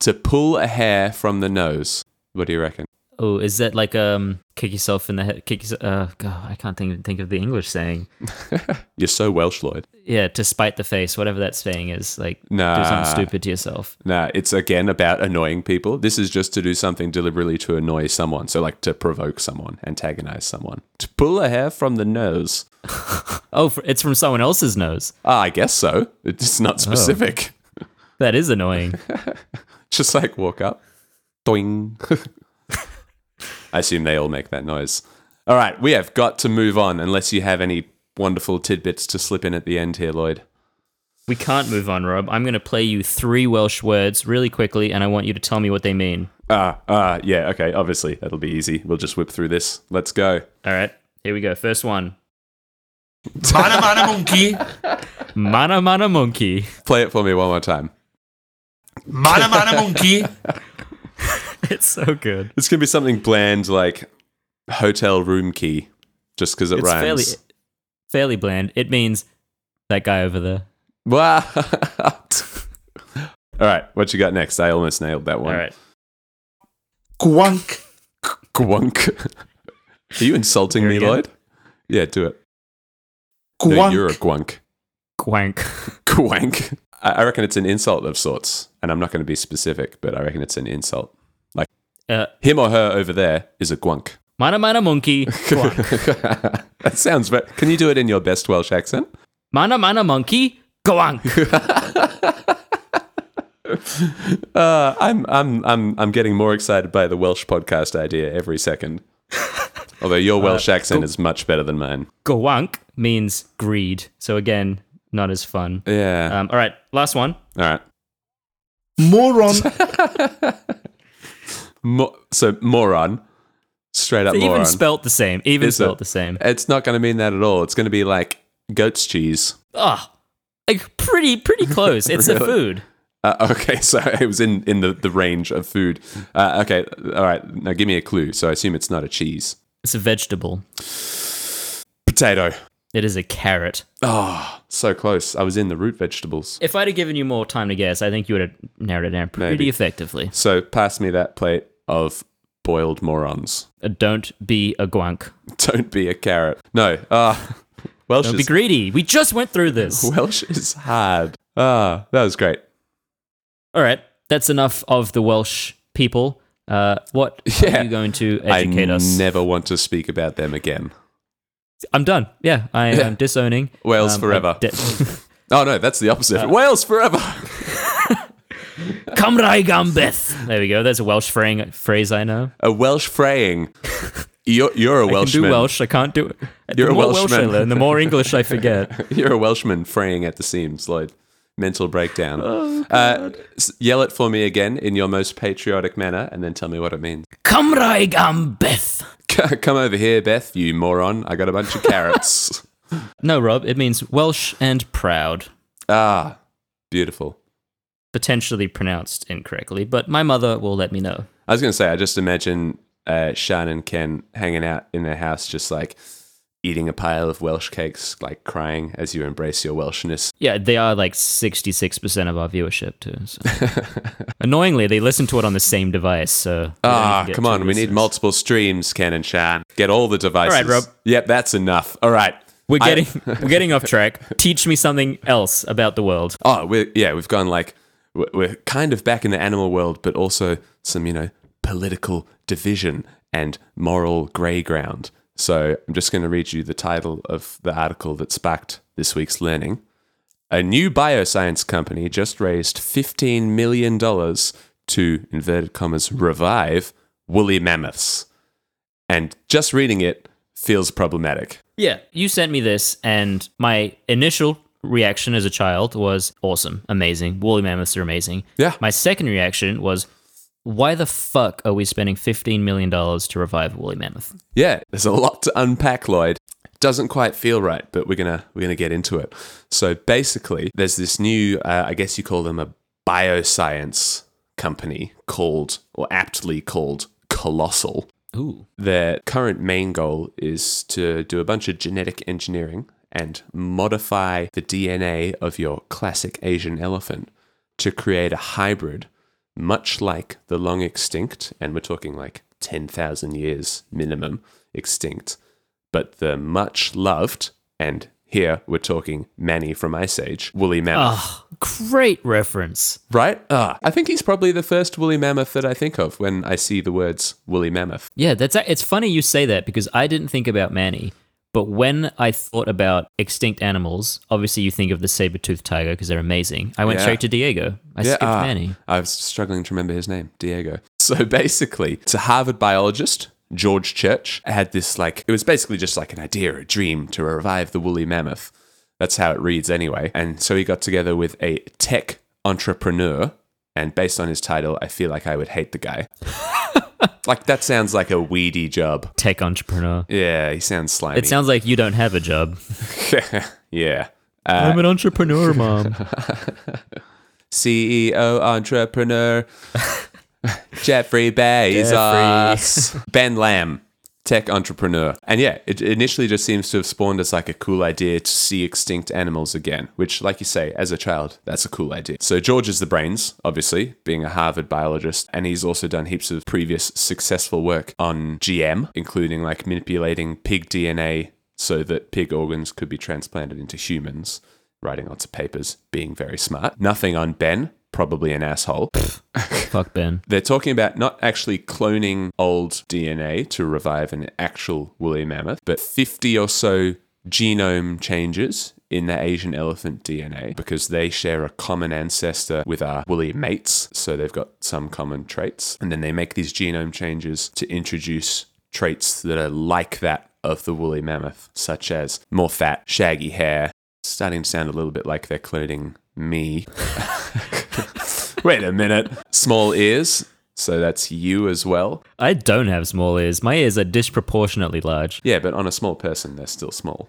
[SPEAKER 2] to pull a hair from the nose. What do you reckon?
[SPEAKER 1] Oh, is that like um kick yourself in the head? Kick yourself. Uh, God, I can't think think of the English saying.
[SPEAKER 2] You're so Welsh, Lloyd.
[SPEAKER 1] Yeah, to spite the face, whatever that saying is. Like do
[SPEAKER 2] Nah.
[SPEAKER 1] something stupid to yourself.
[SPEAKER 2] Nah, it's again about annoying people. This is just to do something deliberately to annoy someone. So like to provoke someone, antagonize someone. To pull a hair from the nose.
[SPEAKER 1] Oh, fr it's from someone else's nose.
[SPEAKER 2] Ah, I guess so. It's not specific.
[SPEAKER 1] That is annoying.
[SPEAKER 2] Just like walk up. Doing. I assume they all make that noise. All right, we have got to move on unless you have any wonderful tidbits to slip in at the end here, Lloyd.
[SPEAKER 1] we can't move on, Rob. I'm going to play you three Welsh words really quickly, and I want you to tell me what they mean.
[SPEAKER 2] Ah, ah, yeah, okay, obviously. That'll be easy. We'll just whip through this. Let's go.
[SPEAKER 1] All right, here we go. First one
[SPEAKER 5] Mana Mana Monkey.
[SPEAKER 1] Mana Mana Monkey.
[SPEAKER 2] Play it for me one more time.
[SPEAKER 5] Mana Mana Monkey.
[SPEAKER 1] It's so good.
[SPEAKER 2] It's going to be something bland like hotel room key, just because it
[SPEAKER 1] It's
[SPEAKER 2] rhymes.
[SPEAKER 1] fairly, fairly bland. It means that guy over there.
[SPEAKER 2] What? All right, what you got next? I almost nailed that
[SPEAKER 1] All
[SPEAKER 2] one.
[SPEAKER 1] right.
[SPEAKER 5] Gwunk.
[SPEAKER 2] Gwunk. Are you insulting
[SPEAKER 1] Here
[SPEAKER 2] me,
[SPEAKER 1] again?
[SPEAKER 2] Lloyd? Yeah, do it. No,
[SPEAKER 5] Gwunk.
[SPEAKER 2] you're a gwunk.
[SPEAKER 1] Quank.
[SPEAKER 2] Gwank. I I reckon it's an insult of sorts, and I'm not going to be specific, but I reckon it's an insult. Like
[SPEAKER 1] Uh,
[SPEAKER 2] him or her over there is a gwunk.
[SPEAKER 1] Mana Mana Monkey. Quank.
[SPEAKER 2] that sounds. Very- Can you do it in your best Welsh accent?
[SPEAKER 1] Mana Mana Monkey. Quank.
[SPEAKER 2] Uh, I'm I'm I'm I'm getting more excited by the Welsh podcast idea every second. Although your Welsh accent is much better than mine.
[SPEAKER 1] Quank means greed. So again, not as fun.
[SPEAKER 2] Yeah.
[SPEAKER 1] Um, all right, last one.
[SPEAKER 2] All right.
[SPEAKER 5] Moron.
[SPEAKER 2] Mo- so moron, straight up
[SPEAKER 1] Even
[SPEAKER 2] moron.
[SPEAKER 1] spelt the same. Even
[SPEAKER 2] Is it?
[SPEAKER 1] spelt the same.
[SPEAKER 2] it's not going to mean that at all. It's going to be like goat's cheese.
[SPEAKER 1] Ah, like pretty, pretty close. It's a food.
[SPEAKER 2] Uh, okay, so it was in, in the, the range of food. Uh, okay, all right. Now give me a clue. So I assume it's not a cheese.
[SPEAKER 1] It's a vegetable.
[SPEAKER 2] Potato.
[SPEAKER 1] It is a carrot.
[SPEAKER 2] Oh, so close. I was in the root vegetables.
[SPEAKER 1] If I'd have given you more time to guess, I think you would have narrowed it down pretty
[SPEAKER 2] Maybe.
[SPEAKER 1] effectively.
[SPEAKER 2] So pass me that plate of boiled morons.
[SPEAKER 1] Uh, Don't be a guank.
[SPEAKER 2] Don't be a carrot. No. Ah, Welsh
[SPEAKER 1] Don't be
[SPEAKER 2] is
[SPEAKER 1] greedy. We just went through this.
[SPEAKER 2] Welsh is hard. Ah, that was great.
[SPEAKER 1] All right, that's enough of the Welsh people. Uh, what
[SPEAKER 2] Yeah.
[SPEAKER 1] are you going to educate
[SPEAKER 2] I
[SPEAKER 1] us?
[SPEAKER 2] never want to speak about them again.
[SPEAKER 1] I'm done. Yeah, I am disowning Um,
[SPEAKER 2] Wales
[SPEAKER 1] I
[SPEAKER 2] forever.
[SPEAKER 1] de-
[SPEAKER 2] Oh no, that's the opposite. Wales forever.
[SPEAKER 1] Cymraeg am byth. There we go. That's a Welsh phrang- phrase I know.
[SPEAKER 2] A Welsh fraying. You're, you're a
[SPEAKER 1] I can
[SPEAKER 2] Welshman.
[SPEAKER 1] do Welsh. I can't do it.
[SPEAKER 2] You're
[SPEAKER 1] the
[SPEAKER 2] a
[SPEAKER 1] more Welsh I
[SPEAKER 2] Welshman.
[SPEAKER 1] learn, the more English I forget.
[SPEAKER 2] You're a Welshman fraying at the seams, Lloyd. Mental breakdown.
[SPEAKER 1] Oh,
[SPEAKER 2] uh, s- yell it for me again in your most patriotic manner, and then tell me what it means.
[SPEAKER 1] Cymraeg am byth.
[SPEAKER 2] C- Come over here, Beth. You moron. I got a bunch of carrots.
[SPEAKER 1] No, Rob, it means Welsh and proud.
[SPEAKER 2] ah, beautiful.
[SPEAKER 1] Potentially pronounced incorrectly, but my mother will let me know.
[SPEAKER 2] I was going to say, I just imagine uh, Sean and Ken hanging out in their house, just like eating a pile of Welsh cakes, like crying as you embrace your Welshness.
[SPEAKER 1] Yeah, they are like 66% of our viewership, too. so. Annoyingly, they listen to it on the same device, so. we don't
[SPEAKER 2] Ah,
[SPEAKER 1] even get
[SPEAKER 2] come
[SPEAKER 1] to
[SPEAKER 2] on. We
[SPEAKER 1] listen.
[SPEAKER 2] need multiple streams, Ken and Sean. Get all the devices.
[SPEAKER 1] All right, Rob.
[SPEAKER 2] Yep, that's enough. All right.
[SPEAKER 1] We're
[SPEAKER 2] I-
[SPEAKER 1] getting, we're getting off track. Teach me something else about the world.
[SPEAKER 2] Oh, we're, yeah, we've gone like, we're- we're kind of back in the animal world, but also some, you know, political division and moral grey ground. So I'm just going to read you the title of the article that sparked this week's learning. A new bioscience company just raised $15 million to, inverted commas, revive woolly mammoths. And just reading it feels problematic.
[SPEAKER 1] Yeah, you sent me this, and my initial reaction as a child was awesome, amazing. Woolly mammoths are amazing.
[SPEAKER 2] Yeah.
[SPEAKER 1] My second reaction was, why the fuck are we spending $15 million to revive woolly mammoth?
[SPEAKER 2] Yeah, there's a lot to unpack, Lloyd. Doesn't quite feel right, but we're gonna we're gonna get into it. So basically, there's this new, uh, I guess you call them a bioscience company called, or aptly called, Colossal.
[SPEAKER 1] Ooh.
[SPEAKER 2] Their current main goal is to do a bunch of genetic engineering and modify the DNA of your classic Asian elephant to create a hybrid, much like the long extinct, and we're talking like 10,000 years minimum extinct, but the much loved, and here we're talking Manny from Ice Age, woolly mammoth.
[SPEAKER 1] Oh, great reference.
[SPEAKER 2] Right? Ah, I think he's probably the first woolly mammoth that I think of when I see the words woolly mammoth.
[SPEAKER 1] Yeah, that's a- it's funny you say that because I didn't think about Manny, but when I thought about extinct animals, obviously you think of the saber-toothed tiger because they're amazing. I went
[SPEAKER 2] Yeah.
[SPEAKER 1] straight to Diego. I skipped
[SPEAKER 2] ah,
[SPEAKER 1] Manny.
[SPEAKER 2] I was struggling to remember his name, Diego. So basically, it's a Harvard biologist, George Church, had this like, it was basically just like an idea, a dream to revive the woolly mammoth. That's how it reads anyway. And so he got together with a tech entrepreneur. And based on his title, I feel like I would hate the guy. like, that sounds like a weedy job.
[SPEAKER 1] Tech entrepreneur.
[SPEAKER 2] Yeah, he sounds slimy.
[SPEAKER 1] It sounds like you don't have a job.
[SPEAKER 2] yeah.
[SPEAKER 1] I'm an entrepreneur, mom.
[SPEAKER 2] CEO, E entrepreneur, Jeffrey Bezos, Ben Lamb, tech entrepreneur. And yeah, it initially just seems to have spawned as like a cool idea to see extinct animals again, which, like you say, as a child, that's a cool idea. So George is the brains, obviously, being a Harvard biologist, and he's also done heaps of previous successful work on GM, including like manipulating pig DNA so that pig organs could be transplanted into humans writing lots of papers, being very smart. Nothing on Ben, probably an asshole.
[SPEAKER 1] Fuck Ben.
[SPEAKER 2] They're talking about not actually cloning old DNA to revive an actual woolly mammoth, but 50 or so genome changes in the Asian elephant DNA because they share a common ancestor with our woolly mates, so they've got some common traits. And then they make these genome changes to introduce traits that are like that of the woolly mammoth, such as more fat, shaggy hair. Starting to sound a little bit like they're cloning me. Wait a minute. Small ears. So that's you as well.
[SPEAKER 1] I don't have small ears. My ears are disproportionately large.
[SPEAKER 2] Yeah, but on a small person, they're still small.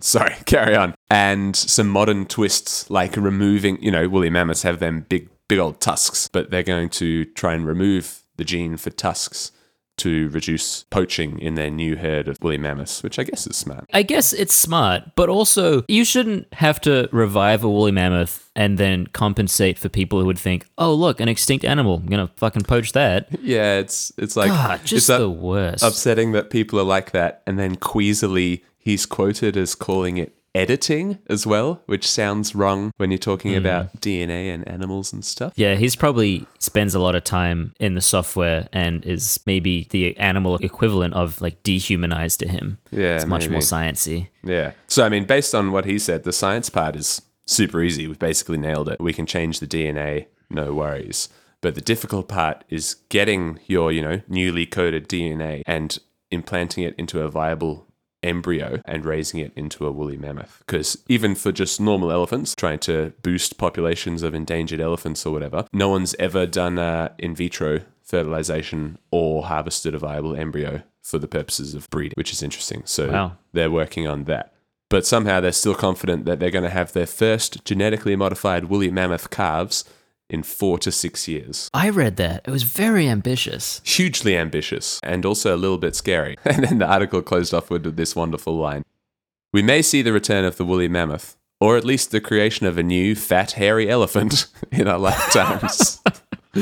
[SPEAKER 2] Sorry, carry on. And some modern twists, like removing, you know, woolly mammoths have them big, big old tusks, but they're going to try and remove the gene for tusks to reduce poaching in their new herd of woolly mammoths, which I guess is smart.
[SPEAKER 1] I guess it's smart, but also you shouldn't have to revive a woolly mammoth and then compensate for people who would think, "Oh, look, an extinct animal. I'm gonna fucking poach that."
[SPEAKER 2] Yeah, it's it's like
[SPEAKER 1] God,
[SPEAKER 2] it's
[SPEAKER 1] just
[SPEAKER 2] that
[SPEAKER 1] the worst.
[SPEAKER 2] upsetting that people are like that, and then queasily he's quoted as calling it editing as well, which sounds wrong when you're talking about DNA and animals and stuff.
[SPEAKER 1] Yeah, he's probably spends a lot of time in the software and is maybe the animal equivalent of like dehumanized to him.
[SPEAKER 2] Yeah,
[SPEAKER 1] it's much
[SPEAKER 2] maybe.
[SPEAKER 1] more sciencey.
[SPEAKER 2] Yeah. So I mean, based on what he said, the science part is super easy. We've basically nailed it. We can change the DNA, no worries. But the difficult part is getting your, you know, newly coded DNA and implanting it into a viable embryo and raising it into a woolly mammoth. Because even for just normal elephants, trying to boost populations of endangered elephants or whatever, no one's ever done uh, in vitro fertilization or harvested a viable embryo for the purposes of breeding, which is interesting. So
[SPEAKER 1] Wow.
[SPEAKER 2] they're working on that. But somehow they're still confident that they're going to have their first genetically modified woolly mammoth calves in four to six years.
[SPEAKER 1] I read that. It was very ambitious.
[SPEAKER 2] Hugely ambitious and also a little bit scary. And then the article closed off with this wonderful line We may see the return of the woolly mammoth, or at least the creation of a new fat, hairy elephant in our lifetimes.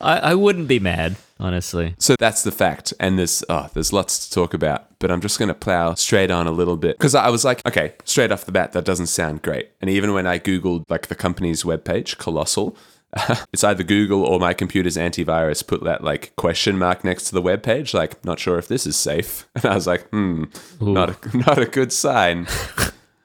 [SPEAKER 1] I, I wouldn't be mad, honestly.
[SPEAKER 2] So that's the fact, and there's oh, there's lots to talk about, but I'm just gonna plow straight on a little bit because I was like, okay, straight off the bat, that doesn't sound great. And even when I googled like the company's webpage, Colossal, it's either Google or my computer's antivirus put that like question mark next to the webpage, like not sure if this is safe. And I was like, hmm, not a, not a good sign.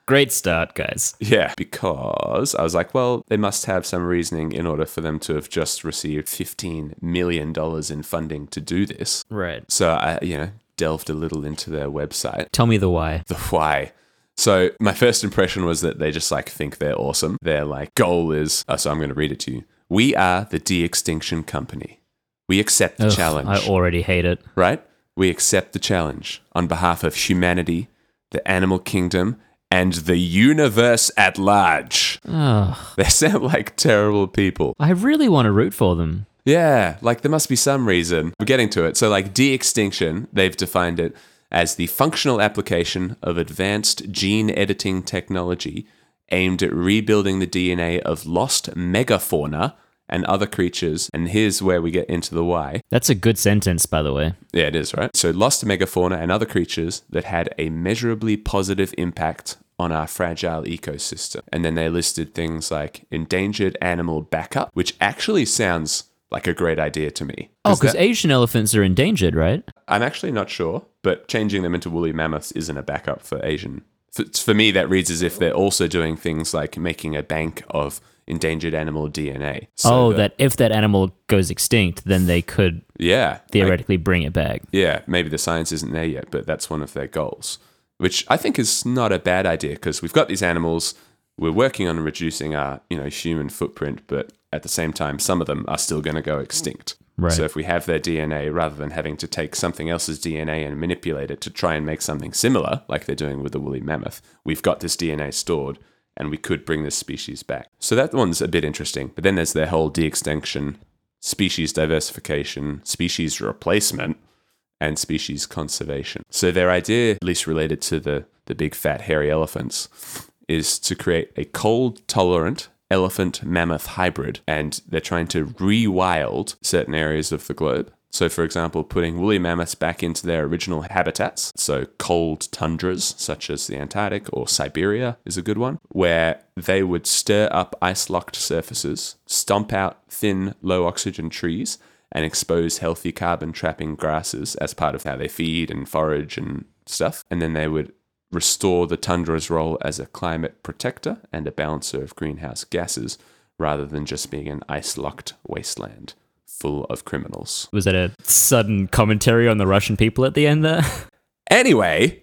[SPEAKER 1] Great start, guys.
[SPEAKER 2] Yeah, because I was like, well, they must have some reasoning in order for them to have just received fifteen million dollars in funding to do this.
[SPEAKER 1] Right.
[SPEAKER 2] So I, you know, delved a little into their website,
[SPEAKER 1] Tell me the why.
[SPEAKER 2] the why. So my first impression was that they just like think they're awesome. Their like goal is, oh, so I'm going to read it to you. We are the de-extinction company. We accept the
[SPEAKER 1] Ugh,
[SPEAKER 2] challenge,
[SPEAKER 1] I already hate it.
[SPEAKER 2] right? We accept the challenge on behalf of humanity, the animal kingdom, and the universe at large.
[SPEAKER 1] Ugh.
[SPEAKER 2] They sound like terrible people.
[SPEAKER 1] I really want to root for them.
[SPEAKER 2] Yeah, like there must be some reason. We're getting to it. So, like de extinction, they've defined it as the functional application of advanced gene editing technology aimed at rebuilding the DNA of lost megafauna and other creatures. And here's where we get into the why.
[SPEAKER 1] That's a good sentence, by the way.
[SPEAKER 2] Yeah, it is, right? So, lost megafauna and other creatures that had a measurably positive impact on our fragile ecosystem. And then they listed things like endangered animal backup, which actually sounds like a great idea to me.
[SPEAKER 1] Oh, because
[SPEAKER 2] that-
[SPEAKER 1] Asian elephants are endangered, right?
[SPEAKER 2] I'm actually not sure, but changing them into woolly mammoths isn't a backup for Asian. For, for me, that reads as if they're also doing things like making a bank of endangered animal DNA. So
[SPEAKER 1] oh, that if that animal goes extinct, then they could
[SPEAKER 2] yeah, like-
[SPEAKER 1] theoretically bring it back.
[SPEAKER 2] yeah, maybe the science isn't there yet, but that's one of their goals, which I think is not a bad idea because we've got these animals. We're working on reducing our, you know, human footprint, but at the same time, some of them are still going to go extinct.
[SPEAKER 1] Right.
[SPEAKER 2] So if we have their DNA, rather than having to take something else's DNA and manipulate it to try and make something similar, like they're doing with the woolly mammoth, we've got this DNA stored, and we could bring this species back. So that one's a bit interesting. But then there's their whole de-extinction, species diversification, species replacement and species conservation. So their idea, at least related to the, the big fat hairy elephants, is to create a cold tolerant elephant mammoth hybrid. And they're trying to rewild certain areas of the globe. So, for example, putting woolly mammoths back into their original habitats, so cold tundras such as the Antarctic or Siberia is a good one, where they would stir up ice locked surfaces, stomp out thin, low oxygen trees, and expose healthy carbon trapping grasses as part of how they feed and forage and stuff. And then they would restore the tundra's role as a climate protector and a balancer of greenhouse gases rather than just being an ice locked wasteland full of criminals.
[SPEAKER 1] Was that a sudden commentary on the Russian people at the end there?
[SPEAKER 2] Anyway,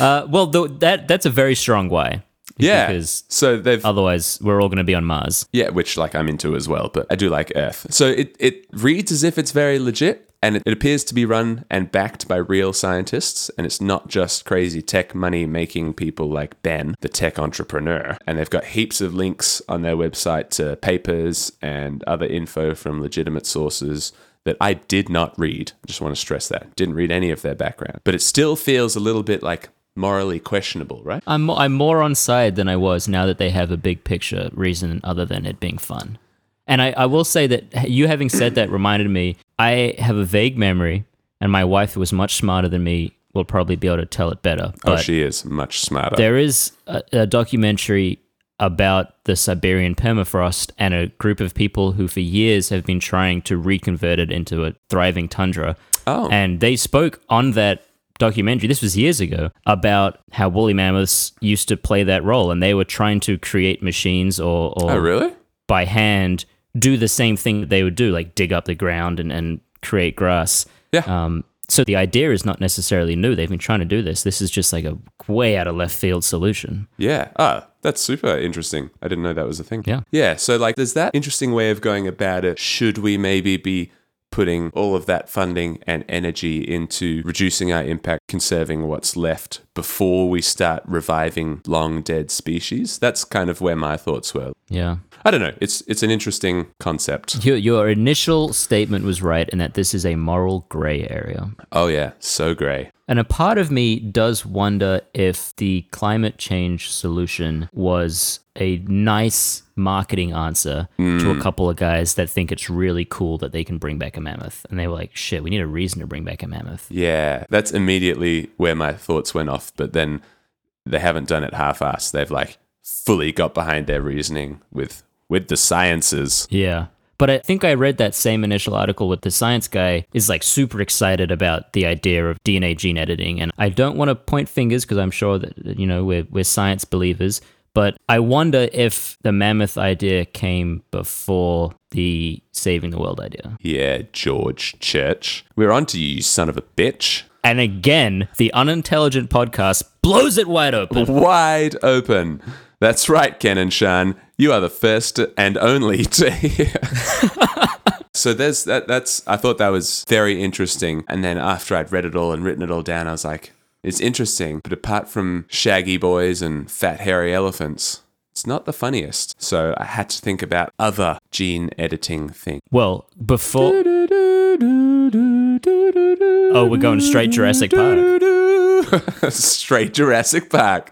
[SPEAKER 1] Uh, well, th- that that's a very strong why.
[SPEAKER 2] yeah.
[SPEAKER 1] Because
[SPEAKER 2] so they've
[SPEAKER 1] otherwise, we're all going to be on Mars.
[SPEAKER 2] Yeah, which like I'm into as well, but I do like Earth. So it, it reads as if it's very legit and it, it appears to be run and backed by real scientists and it's not just crazy tech money making people like Ben, the tech entrepreneur. And they've got heaps of links on their website to papers and other info from legitimate sources. that I did not read. I just want to stress that. Didn't read any of their background. But it still feels a little bit like morally questionable, right?
[SPEAKER 1] I'm mo- I'm more on side than I was now that they have a big picture reason other than it being fun. And I, I will say that you having said that reminded me I have a vague memory, and my wife, who was much smarter than me, will probably be able to tell it better.
[SPEAKER 2] Oh,
[SPEAKER 1] But
[SPEAKER 2] she is much smarter.
[SPEAKER 1] there is a, a documentary about the Siberian permafrost and a group of people who, for years, have been trying to reconvert it into a thriving tundra.
[SPEAKER 2] Oh.
[SPEAKER 1] And they spoke on that documentary, this was years ago, about how woolly mammoths used to play that role. And they were trying to create machines or, or
[SPEAKER 2] oh, really?
[SPEAKER 1] by hand do the same thing that they would do, like dig up the ground and, and create grass.
[SPEAKER 2] Yeah.
[SPEAKER 1] Um, so the idea is not necessarily new. They've been trying to do this. This is just like a way out of left field solution.
[SPEAKER 2] Yeah. Ah, that's super interesting. I didn't know that was a thing.
[SPEAKER 1] Yeah.
[SPEAKER 2] Yeah. So, like, there's that interesting way of going about it. Should we maybe be putting all of that funding and energy into reducing our impact, conserving what's left before we start reviving long dead species? That's kind of where my thoughts were.
[SPEAKER 1] Yeah.
[SPEAKER 2] I don't know. It's it's an interesting concept.
[SPEAKER 1] Your, your initial statement was right in that this is a moral gray area.
[SPEAKER 2] Oh yeah, so grey.
[SPEAKER 1] And a part of me does wonder if the climate change solution was a nice marketing answer to a couple of guys that think it's really cool that they can bring back a mammoth. And they were like, shit, we need a reason to bring back a mammoth.
[SPEAKER 2] Yeah, that's immediately where my thoughts went off. But then they haven't done it half-assed. They've like fully got behind their reasoning with with the sciences.
[SPEAKER 1] Yeah. But I think I read that same initial article with the science guy is like super excited about the idea of DNA gene editing. And I don't want to point fingers because I'm sure that, you know, we're, we're science believers. But I wonder if the mammoth idea came before the saving the world idea.
[SPEAKER 2] Yeah, George Church, we're onto you, you son of a bitch.
[SPEAKER 1] And again, the unintelligent podcast blows it wide open.
[SPEAKER 2] Wide open. That's right, Ken and Shan. You are the first and only to hear. so there's that. That's I thought that was very interesting. And then after I'd read it all and written it all down, I was like, it's interesting. But apart from shaggy boys and fat hairy elephants, it's not the funniest. So I had to think about other gene editing things.
[SPEAKER 1] Well, before. Oh, we're going straight Jurassic Park.
[SPEAKER 2] Straight Jurassic Park.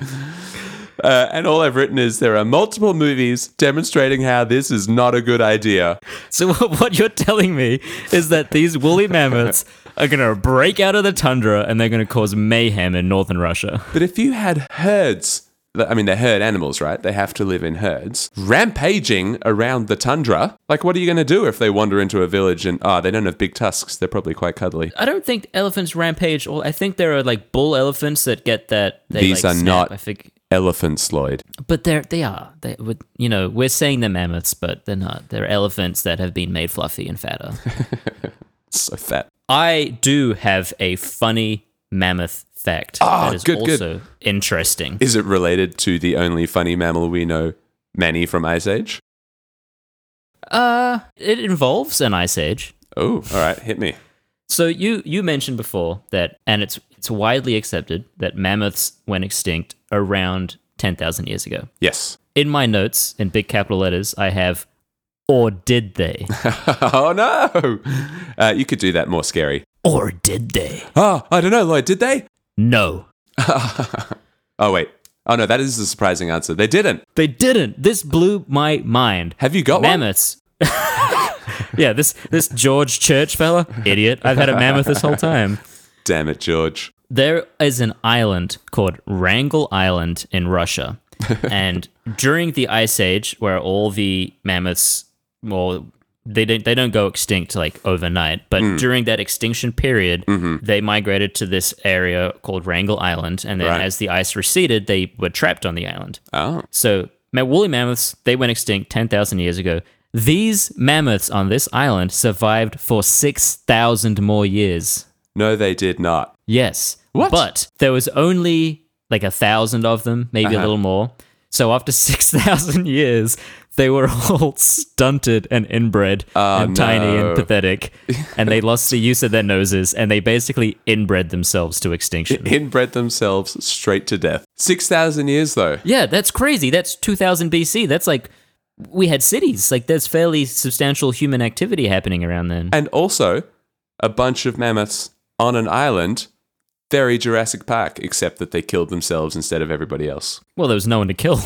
[SPEAKER 2] Uh, and all I've written is there are multiple movies demonstrating how this is not a good idea.
[SPEAKER 1] So what what you're telling me is that these woolly mammoths are going to break out of the tundra and they're going to cause mayhem in northern Russia.
[SPEAKER 2] But if you had herds, I mean, they're herd animals, right? They have to live in herds, rampaging around the tundra. Like, what are you going to do if they wander into a village and, ah, they don't have big tusks? They're probably quite cuddly.
[SPEAKER 1] I don't think elephants rampage. All I think there are like bull elephants that get that. They
[SPEAKER 2] These
[SPEAKER 1] like
[SPEAKER 2] are
[SPEAKER 1] snap,
[SPEAKER 2] not-
[SPEAKER 1] I think,
[SPEAKER 2] Elephants, Lloyd.
[SPEAKER 1] but they're they are. They would you know we're saying they're mammoths, but they're not. They're elephants that have been made fluffy and fatter.
[SPEAKER 2] So fat.
[SPEAKER 1] I do have a funny mammoth fact
[SPEAKER 2] Ah,
[SPEAKER 1] that is
[SPEAKER 2] good, good.
[SPEAKER 1] also interesting.
[SPEAKER 2] Is it related to the only funny mammal we know, Manny from Ice Age?
[SPEAKER 1] Uh, it involves an ice age.
[SPEAKER 2] Oh, all right, hit me.
[SPEAKER 1] So you you mentioned before that, and it's it's widely accepted that mammoths went extinct around ten thousand years ago.
[SPEAKER 2] Yes.
[SPEAKER 1] In my notes, in big capital letters, I have, or did they?
[SPEAKER 2] oh no! Uh, you could do that more scary.
[SPEAKER 1] or did they?
[SPEAKER 2] Oh, I don't know, Lloyd. Did they?
[SPEAKER 1] No,
[SPEAKER 2] Oh wait. Oh no, that is the surprising answer. They didn't.
[SPEAKER 1] they didn't. This blew my mind.
[SPEAKER 2] Have you got one?
[SPEAKER 1] mammoths? yeah, this this George Church fella, idiot. I've had a mammoth this whole time.
[SPEAKER 2] Damn it, George.
[SPEAKER 1] there is an island called Wrangel Island in Russia. and during the ice age where all the mammoths well they don't they don't go extinct like overnight, but
[SPEAKER 2] Hmm.
[SPEAKER 1] during that extinction period
[SPEAKER 2] Mm-hmm.
[SPEAKER 1] they migrated to this area called Wrangel Island and then
[SPEAKER 2] Right.
[SPEAKER 1] as the ice receded they were trapped on the island.
[SPEAKER 2] Oh,
[SPEAKER 1] So, ma- woolly mammoths, they went extinct 10,000 years ago. These mammoths on this island survived for 6,000 more years.
[SPEAKER 2] no, they did not.
[SPEAKER 1] Yes.
[SPEAKER 2] What?
[SPEAKER 1] But there was only like a thousand of them, maybe a little more. So after 6,000 years, they were all stunted and inbred and tiny and pathetic. And they lost the use of their noses and they basically inbred themselves to extinction.
[SPEAKER 2] Inbred themselves straight to death. Six thousand years though.
[SPEAKER 1] yeah, that's crazy. That's 2000 BC. That's like we had cities. Like there's fairly substantial human activity happening around then.
[SPEAKER 2] And also, a bunch of mammoths on an island, very Jurassic Park, except that they killed themselves instead of everybody else,
[SPEAKER 1] Well, there was no one to kill.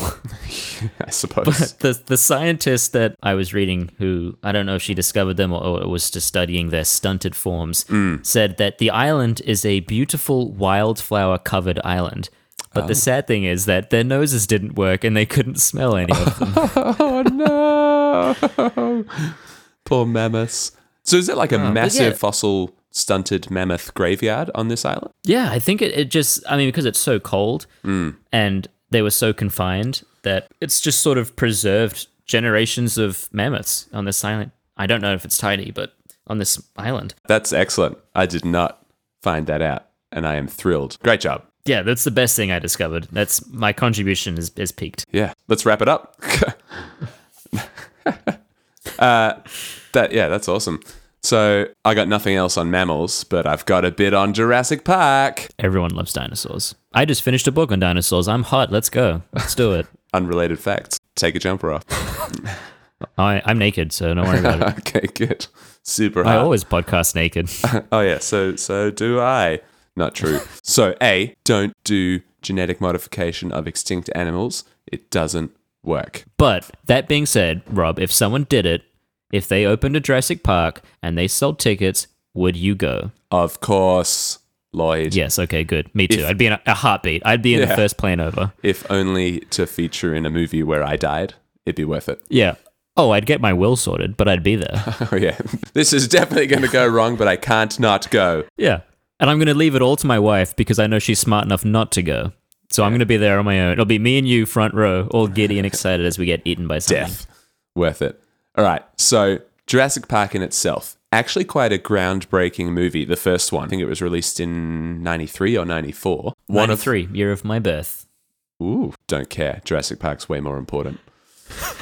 [SPEAKER 2] I suppose.
[SPEAKER 1] But the the scientist that I was reading, who I don't know if she discovered them or, or was just studying their stunted forms, said that the island is a beautiful wildflower covered island. But the sad thing is that their noses didn't work and they couldn't smell any of them.
[SPEAKER 2] oh no, poor mammoths. So is it like a massive
[SPEAKER 1] yeah.
[SPEAKER 2] fossil stunted mammoth graveyard on this island?
[SPEAKER 1] yeah, I think it, it just, I mean, because it's so cold and they were so confined that it's just sort of preserved generations of mammoths on this island. I don't know if it's tiny, but on this island.
[SPEAKER 2] That's excellent. I did not find that out, and I am thrilled. Great job.
[SPEAKER 1] Yeah, that's the best thing I discovered. That's my contribution is, is peaked.
[SPEAKER 2] Yeah, let's wrap it up. uh, that yeah, that's awesome. So I got nothing else on mammals, but I've got a bit on Jurassic Park.
[SPEAKER 1] Everyone loves dinosaurs. I just finished a book on dinosaurs. I'm hot. Let's go. Let's do it.
[SPEAKER 2] Unrelated facts. Take a jumper off.
[SPEAKER 1] I, I'm naked, so don't worry about it.
[SPEAKER 2] okay, good. Super
[SPEAKER 1] I
[SPEAKER 2] hot.
[SPEAKER 1] always podcast naked.
[SPEAKER 2] Oh yeah, so so do I. Not true. so A, don't do genetic modification of extinct animals. It doesn't work.
[SPEAKER 1] But that being said, Rob, if someone did it, if they opened a Jurassic Park and they sold tickets, would you go?
[SPEAKER 2] Of course, Lloyd.
[SPEAKER 1] Yes. Okay. Good. Me too.
[SPEAKER 2] If-
[SPEAKER 1] I'd be in a, a heartbeat. I'd be in
[SPEAKER 2] Yeah.
[SPEAKER 1] the first plane over.
[SPEAKER 2] If only to feature in a movie where I died, it'd be worth it.
[SPEAKER 1] Yeah. Oh, I'd get my will sorted, but I'd be there.
[SPEAKER 2] Oh yeah. This is definitely gonna go wrong, but I can't not go.
[SPEAKER 1] yeah. And I'm going to leave it all to my wife because I know she's smart enough not to go. So I'm going to be there on my own. It'll be me and you front row, all giddy and excited as we get eaten by something.
[SPEAKER 2] Death. Worth it. All right. So Jurassic Park in itself. Actually quite a groundbreaking movie, the first one. I think it was released in ninety three or ninety four.
[SPEAKER 1] One
[SPEAKER 2] One
[SPEAKER 1] of
[SPEAKER 2] of
[SPEAKER 1] three, year of my birth.
[SPEAKER 2] Ooh, don't care. Jurassic Park's way more important.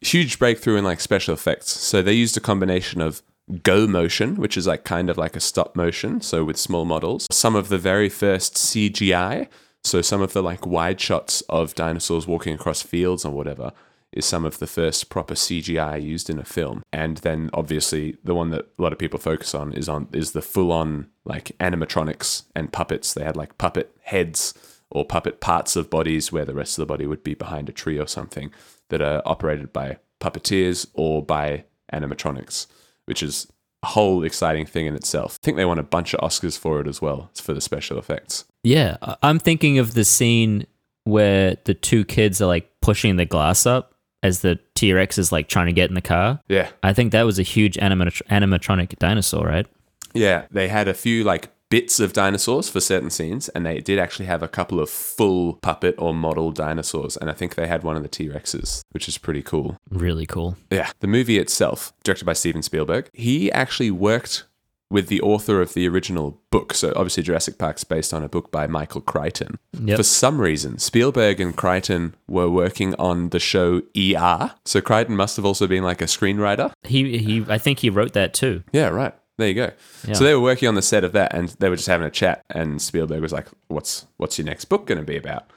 [SPEAKER 2] Huge breakthrough in like special effects. So they used a combination of go motion, which is like kind of like a stop motion, so with small models. Some of the very first CGI, so some of the like wide shots of dinosaurs walking across fields or whatever, is some of the first proper CGI used in a film. And then obviously the one that a lot of people focus on is on is the full on like animatronics and puppets. They had like puppet heads or puppet parts of bodies where the rest of the body would be behind a tree or something that are operated by puppeteers or by animatronics, which is a whole exciting thing in itself. I think they won a bunch of Oscars for it as well, for the special effects.
[SPEAKER 1] Yeah, I- I'm thinking of the scene where the two kids are like pushing the glass up as the T Rex is like trying to get in the car.
[SPEAKER 2] Yeah.
[SPEAKER 1] I think that was a huge animat- animatronic dinosaur, right?
[SPEAKER 2] Yeah, they had a few like bits of dinosaurs for certain scenes, and they did actually have a couple of full puppet or model dinosaurs, and I think they had one of the T Rexes, which is pretty cool.
[SPEAKER 1] Really cool.
[SPEAKER 2] Yeah. The movie itself, directed by Steven Spielberg, he actually worked with the author of the original book. So obviously Jurassic Park's based on a book by Michael Crichton.
[SPEAKER 1] Yep.
[SPEAKER 2] For some reason, Spielberg and Crichton were working on the show ER. So Crichton must have also been like a screenwriter.
[SPEAKER 1] He he. I think he wrote that too.
[SPEAKER 2] Yeah, right. There you go.
[SPEAKER 1] Yeah.
[SPEAKER 2] So they were working on the set of that and they were just having a chat and Spielberg was like, What's what's your next book gonna be about?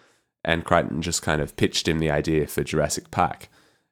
[SPEAKER 2] And Crichton just kind of pitched him the idea for Jurassic Park.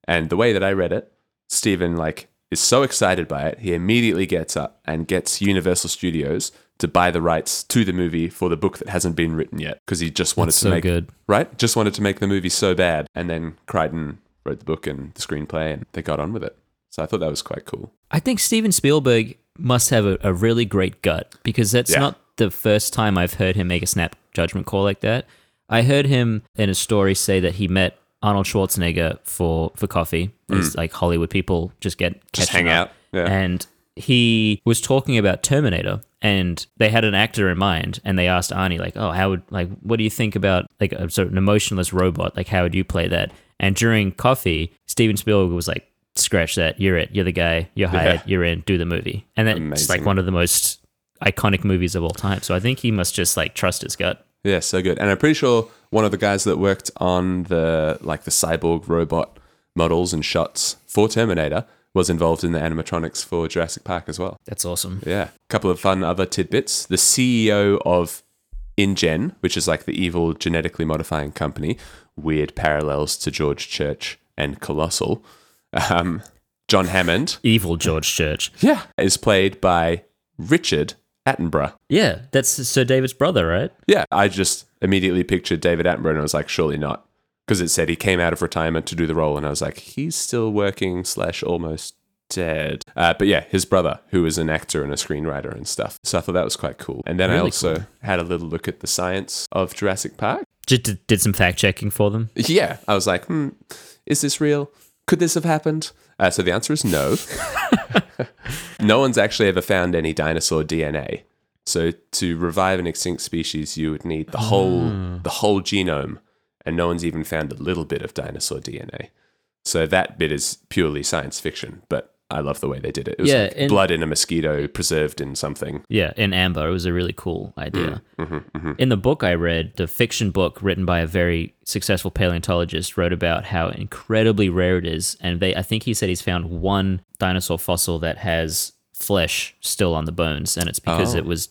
[SPEAKER 2] And the way that I read it, Steven like is so excited by it, he immediately gets up and gets Universal Studios to buy the rights to the movie for the book that hasn't been written yet because he just wanted
[SPEAKER 1] That's
[SPEAKER 2] to
[SPEAKER 1] so
[SPEAKER 2] make
[SPEAKER 1] good.
[SPEAKER 2] right, just wanted to make the movie so bad. And then Crichton wrote the book and the screenplay and they got on with it. So I thought that was quite cool.
[SPEAKER 1] I think Steven Spielberg must have a, a really great gut because that's
[SPEAKER 2] Yeah.
[SPEAKER 1] not the first time I've heard him make a snap judgment call like that. I heard him in a story say that he met Arnold Schwarzenegger for for coffee. It's like Hollywood people just get
[SPEAKER 2] Hmm. Just
[SPEAKER 1] catching
[SPEAKER 2] hang
[SPEAKER 1] up.
[SPEAKER 2] out. Yeah.
[SPEAKER 1] And he was talking about Terminator and they had an actor in mind and they asked Arnie like, "Oh, how would like what do you think about like a sort of an emotionless robot? Like how would you play that?" And during coffee, Steven Spielberg was like, "Scratch that. You're it. You're the guy. You're hired.
[SPEAKER 2] Yeah.
[SPEAKER 1] You're in. Do the movie." And then it's
[SPEAKER 2] Amazing.
[SPEAKER 1] like one of the most iconic movies of all time. So I think he must just like trust his gut.
[SPEAKER 2] Yeah, so good. And I'm pretty sure one of the guys that worked on the like the cyborg robot models and shots for Terminator was involved in the animatronics for Jurassic Park as well.
[SPEAKER 1] That's awesome.
[SPEAKER 2] Yeah. A couple of fun other tidbits. The CEO of InGen, which is like the evil genetically modifying company, weird parallels to George Church and colossal. Um, John Hammond,
[SPEAKER 1] Evil George Church.
[SPEAKER 2] yeah, is played by Richard Attenborough.
[SPEAKER 1] Yeah, that's Sir David's brother, right?
[SPEAKER 2] Yeah, I just immediately pictured David Attenborough and I was like, surely not. Because it said he came out of retirement to do the role, and I was like, he's still working slash almost dead. Uh, but yeah, his brother, who is an actor and a screenwriter and stuff. So I thought that was quite cool. And then I
[SPEAKER 1] Really
[SPEAKER 2] also had a little look at the science of Jurassic Park.
[SPEAKER 1] Just did, did some fact checking for them.
[SPEAKER 2] Yeah, I was like, hmm, is this real? Could this have happened? Uh, so the answer is no. no one's actually ever found any dinosaur DNA. So to revive an extinct species, you would need the whole
[SPEAKER 1] Ah.
[SPEAKER 2] the whole genome, and no one's even found a little bit of dinosaur DNA. So that bit is purely science fiction, but I love the way they did it. It was
[SPEAKER 1] Yeah,
[SPEAKER 2] like
[SPEAKER 1] and-
[SPEAKER 2] blood in a mosquito preserved in something.
[SPEAKER 1] Yeah, in Amber. It was a really cool idea.
[SPEAKER 2] Mm, mm-hmm,
[SPEAKER 1] In the book I read, the fiction book written by a very successful paleontologist wrote about how incredibly rare it is. And they I think he said he's found one dinosaur fossil that has flesh still on the bones, and it's because
[SPEAKER 2] Oh.
[SPEAKER 1] it was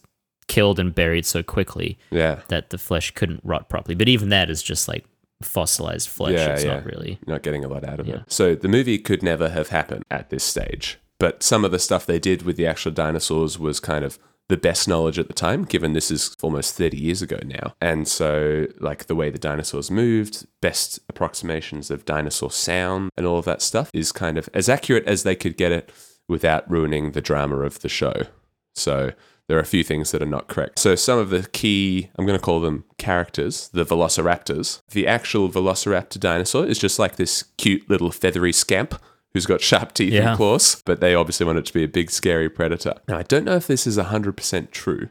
[SPEAKER 1] killed and buried so quickly
[SPEAKER 2] Yeah,
[SPEAKER 1] that the flesh couldn't rot properly. But even that is just like fossilized flesh.
[SPEAKER 2] Yeah,
[SPEAKER 1] it's not
[SPEAKER 2] yeah.
[SPEAKER 1] really
[SPEAKER 2] You're not getting a lot out of
[SPEAKER 1] Yeah.
[SPEAKER 2] it. So the movie could never have happened at this stage. But some of the stuff they did with the actual dinosaurs was kind of the best knowledge at the time, given this is almost 30 years ago now. And so, like, the way the dinosaurs moved, best approximations of dinosaur sound, and all of that stuff is kind of as accurate as they could get it without ruining the drama of the show. So there are a few things that are not correct. So some of the key, I'm going to call them characters, the velociraptors. The actual velociraptor dinosaur is just like this cute little feathery scamp who's got sharp teeth
[SPEAKER 1] Yeah.
[SPEAKER 2] and claws, but they obviously want it to be a big scary predator. Now I don't know if this is 100% true,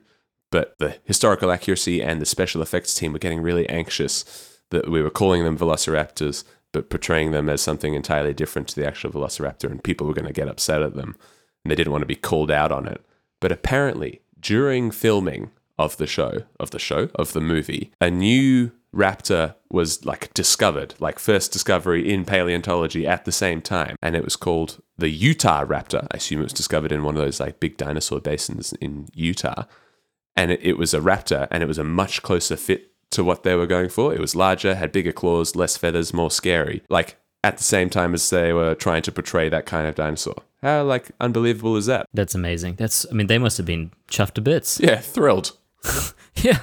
[SPEAKER 2] but the historical accuracy and the special effects team were getting really anxious that we were calling them velociraptors but portraying them as something entirely different to the actual velociraptor and people were going to get upset at them and they didn't want to be called out on it but apparently during filming of the show of the show of the movie a new raptor was like discovered like first discovery in paleontology at the same time and it was called the Utah raptor i assume it was discovered in one of those like big dinosaur basins in Utah and it, it was a raptor and it was a much closer fit to what they were going for. It was larger, had bigger claws, less feathers, more scary. Like at the same time as they were trying to portray that kind of dinosaur. How like unbelievable is that?
[SPEAKER 1] that's amazing. That's I mean they must have been chuffed to bits.
[SPEAKER 2] Yeah, thrilled.
[SPEAKER 1] yeah.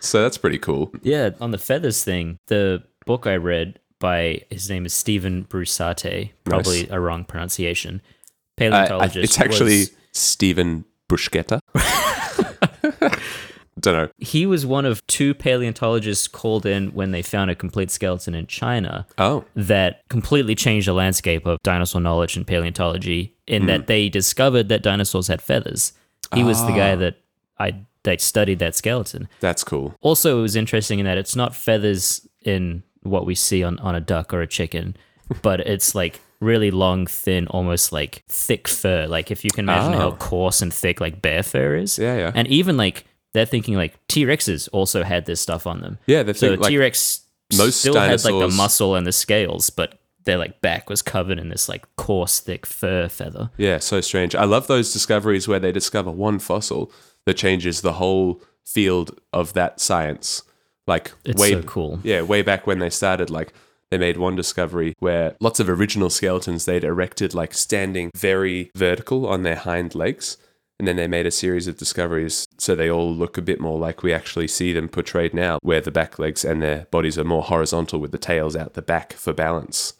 [SPEAKER 2] So that's pretty cool.
[SPEAKER 1] Yeah, on the feathers thing, the book I read by his name is Stephen Brusate, probably a wrong
[SPEAKER 2] Uh,
[SPEAKER 1] pronunciation.
[SPEAKER 2] I-
[SPEAKER 1] Paleontologist.
[SPEAKER 2] it's actually
[SPEAKER 1] was-
[SPEAKER 2] Stephen Bruschetta. Don't know.
[SPEAKER 1] he was one of two paleontologists called in when they found a complete skeleton in China
[SPEAKER 2] Oh,
[SPEAKER 1] that completely changed the landscape of dinosaur knowledge and paleontology in
[SPEAKER 2] Hmm.
[SPEAKER 1] that they discovered that dinosaurs had feathers. He was the
[SPEAKER 2] Ah.
[SPEAKER 1] guy that I that studied that skeleton.
[SPEAKER 2] that's cool.
[SPEAKER 1] also it was interesting in that it's not feathers in what we see on, on a duck or a chicken but it's like really long thin almost like thick fur like if you can imagine how
[SPEAKER 2] Oh.
[SPEAKER 1] coarse and thick like bear fur is
[SPEAKER 2] Yeah, yeah.
[SPEAKER 1] and even like they're thinking like t-rexes also had this stuff on them
[SPEAKER 2] Yeah, they're
[SPEAKER 1] so
[SPEAKER 2] thinking, like,
[SPEAKER 1] t-rex
[SPEAKER 2] most
[SPEAKER 1] still had like the
[SPEAKER 2] dinosaurs-
[SPEAKER 1] muscle and the scales but their like back was covered in this like coarse thick fur feather
[SPEAKER 2] Yeah, so strange. I love those discoveries where they discover one fossil that changes the whole field of that science. Like
[SPEAKER 1] It's
[SPEAKER 2] way
[SPEAKER 1] so cool.
[SPEAKER 2] Yeah, way back when they started, like they made one discovery where lots of original skeletons they'd erected like standing very vertical on their hind legs. And then they made a series of discoveries so they all look a bit more like we actually see them portrayed now, where the back legs and their bodies are more horizontal with the tails out the back for balance.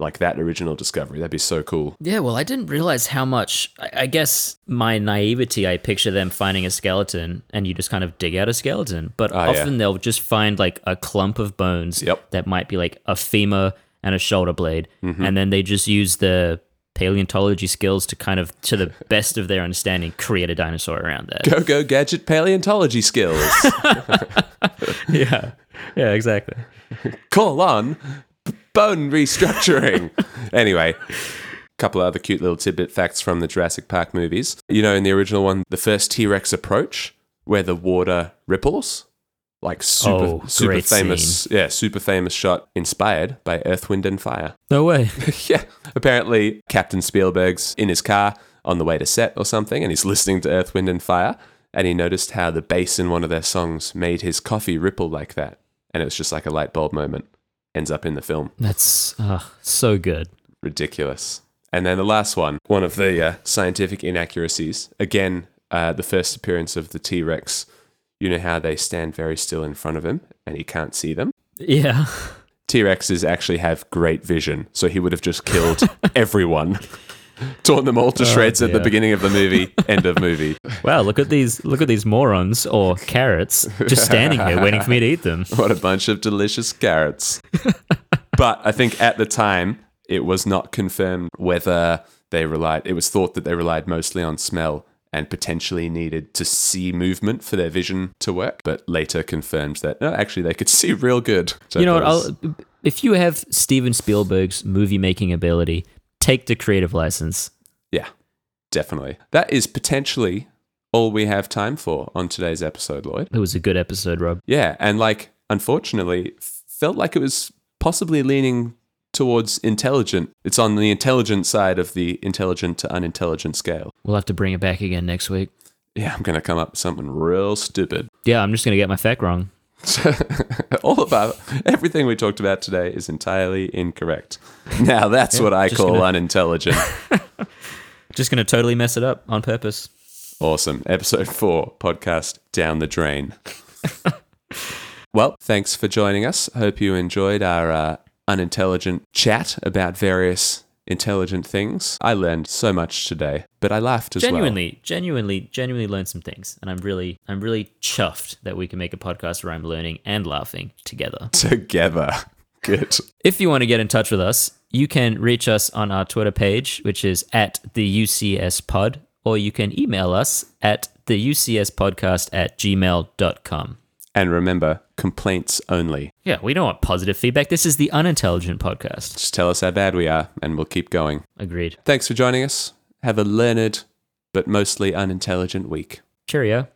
[SPEAKER 2] Like that original discovery. That'd be so cool.
[SPEAKER 1] Yeah, well, I didn't realize how much. I, I guess my naivety, I picture them finding a skeleton and you just kind of dig out a skeleton. But
[SPEAKER 2] Oh, yeah.
[SPEAKER 1] often they'll just find like a clump of bones
[SPEAKER 2] Yep.
[SPEAKER 1] that might be like a femur and a shoulder blade. And then they just use the paleontology skills to kind of, to the best of their understanding, create a dinosaur around that.
[SPEAKER 2] Go go gadget paleontology skills.
[SPEAKER 1] yeah. Yeah, exactly.
[SPEAKER 2] Call on b- bone restructuring. anyway, couple of other cute little tidbit facts from the Jurassic Park movies. You know, in the original one, the first T Rex approach where the water ripples, like super
[SPEAKER 1] Oh,
[SPEAKER 2] super
[SPEAKER 1] great
[SPEAKER 2] famous, yeah, super famous shot inspired by Earth, Wind and Fire.
[SPEAKER 1] No way.
[SPEAKER 2] yeah, apparently Captain Spielberg's in his car on the way to set or something, and he's listening to Earth, Wind, and Fire, and he noticed how the bass in one of their songs made his coffee ripple like that, and it was just like a light bulb moment. ends up in the film.
[SPEAKER 1] That's uh, so good.
[SPEAKER 2] Ridiculous. And then the last one, one of the uh, scientific inaccuracies. Again, uh, the first appearance of the T Rex. You know how they stand very still in front of him and he can't see them?
[SPEAKER 1] Yeah.
[SPEAKER 2] T Rexes actually have great vision, so he would have just killed everyone, torn them all to shreds at the
[SPEAKER 1] Oh, dear.
[SPEAKER 2] beginning of the movie, end of movie.
[SPEAKER 1] Wow, look at these look at these morons or carrots just standing here waiting for me to eat them.
[SPEAKER 2] What a bunch of delicious carrots. but I think at the time, it was not confirmed whether they relied, it was thought that they relied mostly on smell and potentially needed to see movement for their vision to work, but later confirmed that no, actually they could see real good. which I
[SPEAKER 1] you know what?
[SPEAKER 2] thought was-
[SPEAKER 1] I'll, if you have Steven Spielberg's movie making ability, take the creative license.
[SPEAKER 2] Yeah, definitely. That is potentially all we have time for on today's episode, Lloyd.
[SPEAKER 1] It was a good episode, Rob.
[SPEAKER 2] Yeah, and like, unfortunately, f- felt like it was possibly leaning towards intelligent. It's on the intelligent side of the intelligent to unintelligent scale.
[SPEAKER 1] We'll have to bring it back again next week.
[SPEAKER 2] Yeah, I'm going to come up with something real stupid.
[SPEAKER 1] Yeah, I'm just gonna get my fact wrong.
[SPEAKER 2] all about everything we talked about today is entirely incorrect. Now, that's what I
[SPEAKER 1] just
[SPEAKER 2] call
[SPEAKER 1] gonna-
[SPEAKER 2] unintelligent.
[SPEAKER 1] Just gonna totally mess it up on purpose.
[SPEAKER 2] Awesome. Episode four, podcast Down the Drain. well, thanks for joining us. Hope you enjoyed our uh, unintelligent chat about various intelligent things. I learned so much today, but I laughed as well.
[SPEAKER 1] Genuinely, genuinely, genuinely learned some things, and I'm really, I'm really chuffed that we can make a podcast where I'm learning and laughing together.
[SPEAKER 2] Together. Good.
[SPEAKER 1] If you want to get in touch with us, you can reach us on our Twitter page, which is at the UCS Pod, or you can email us at the UCS Podcast at gmail.com.
[SPEAKER 2] And remember, complaints only.
[SPEAKER 1] Yeah, we don't want positive feedback. This is the unintelligent podcast.
[SPEAKER 2] Just tell us how bad we are, and we'll keep going.
[SPEAKER 1] Agreed.
[SPEAKER 2] Thanks for joining us. Have a learned, but mostly unintelligent week.
[SPEAKER 1] Cheerio.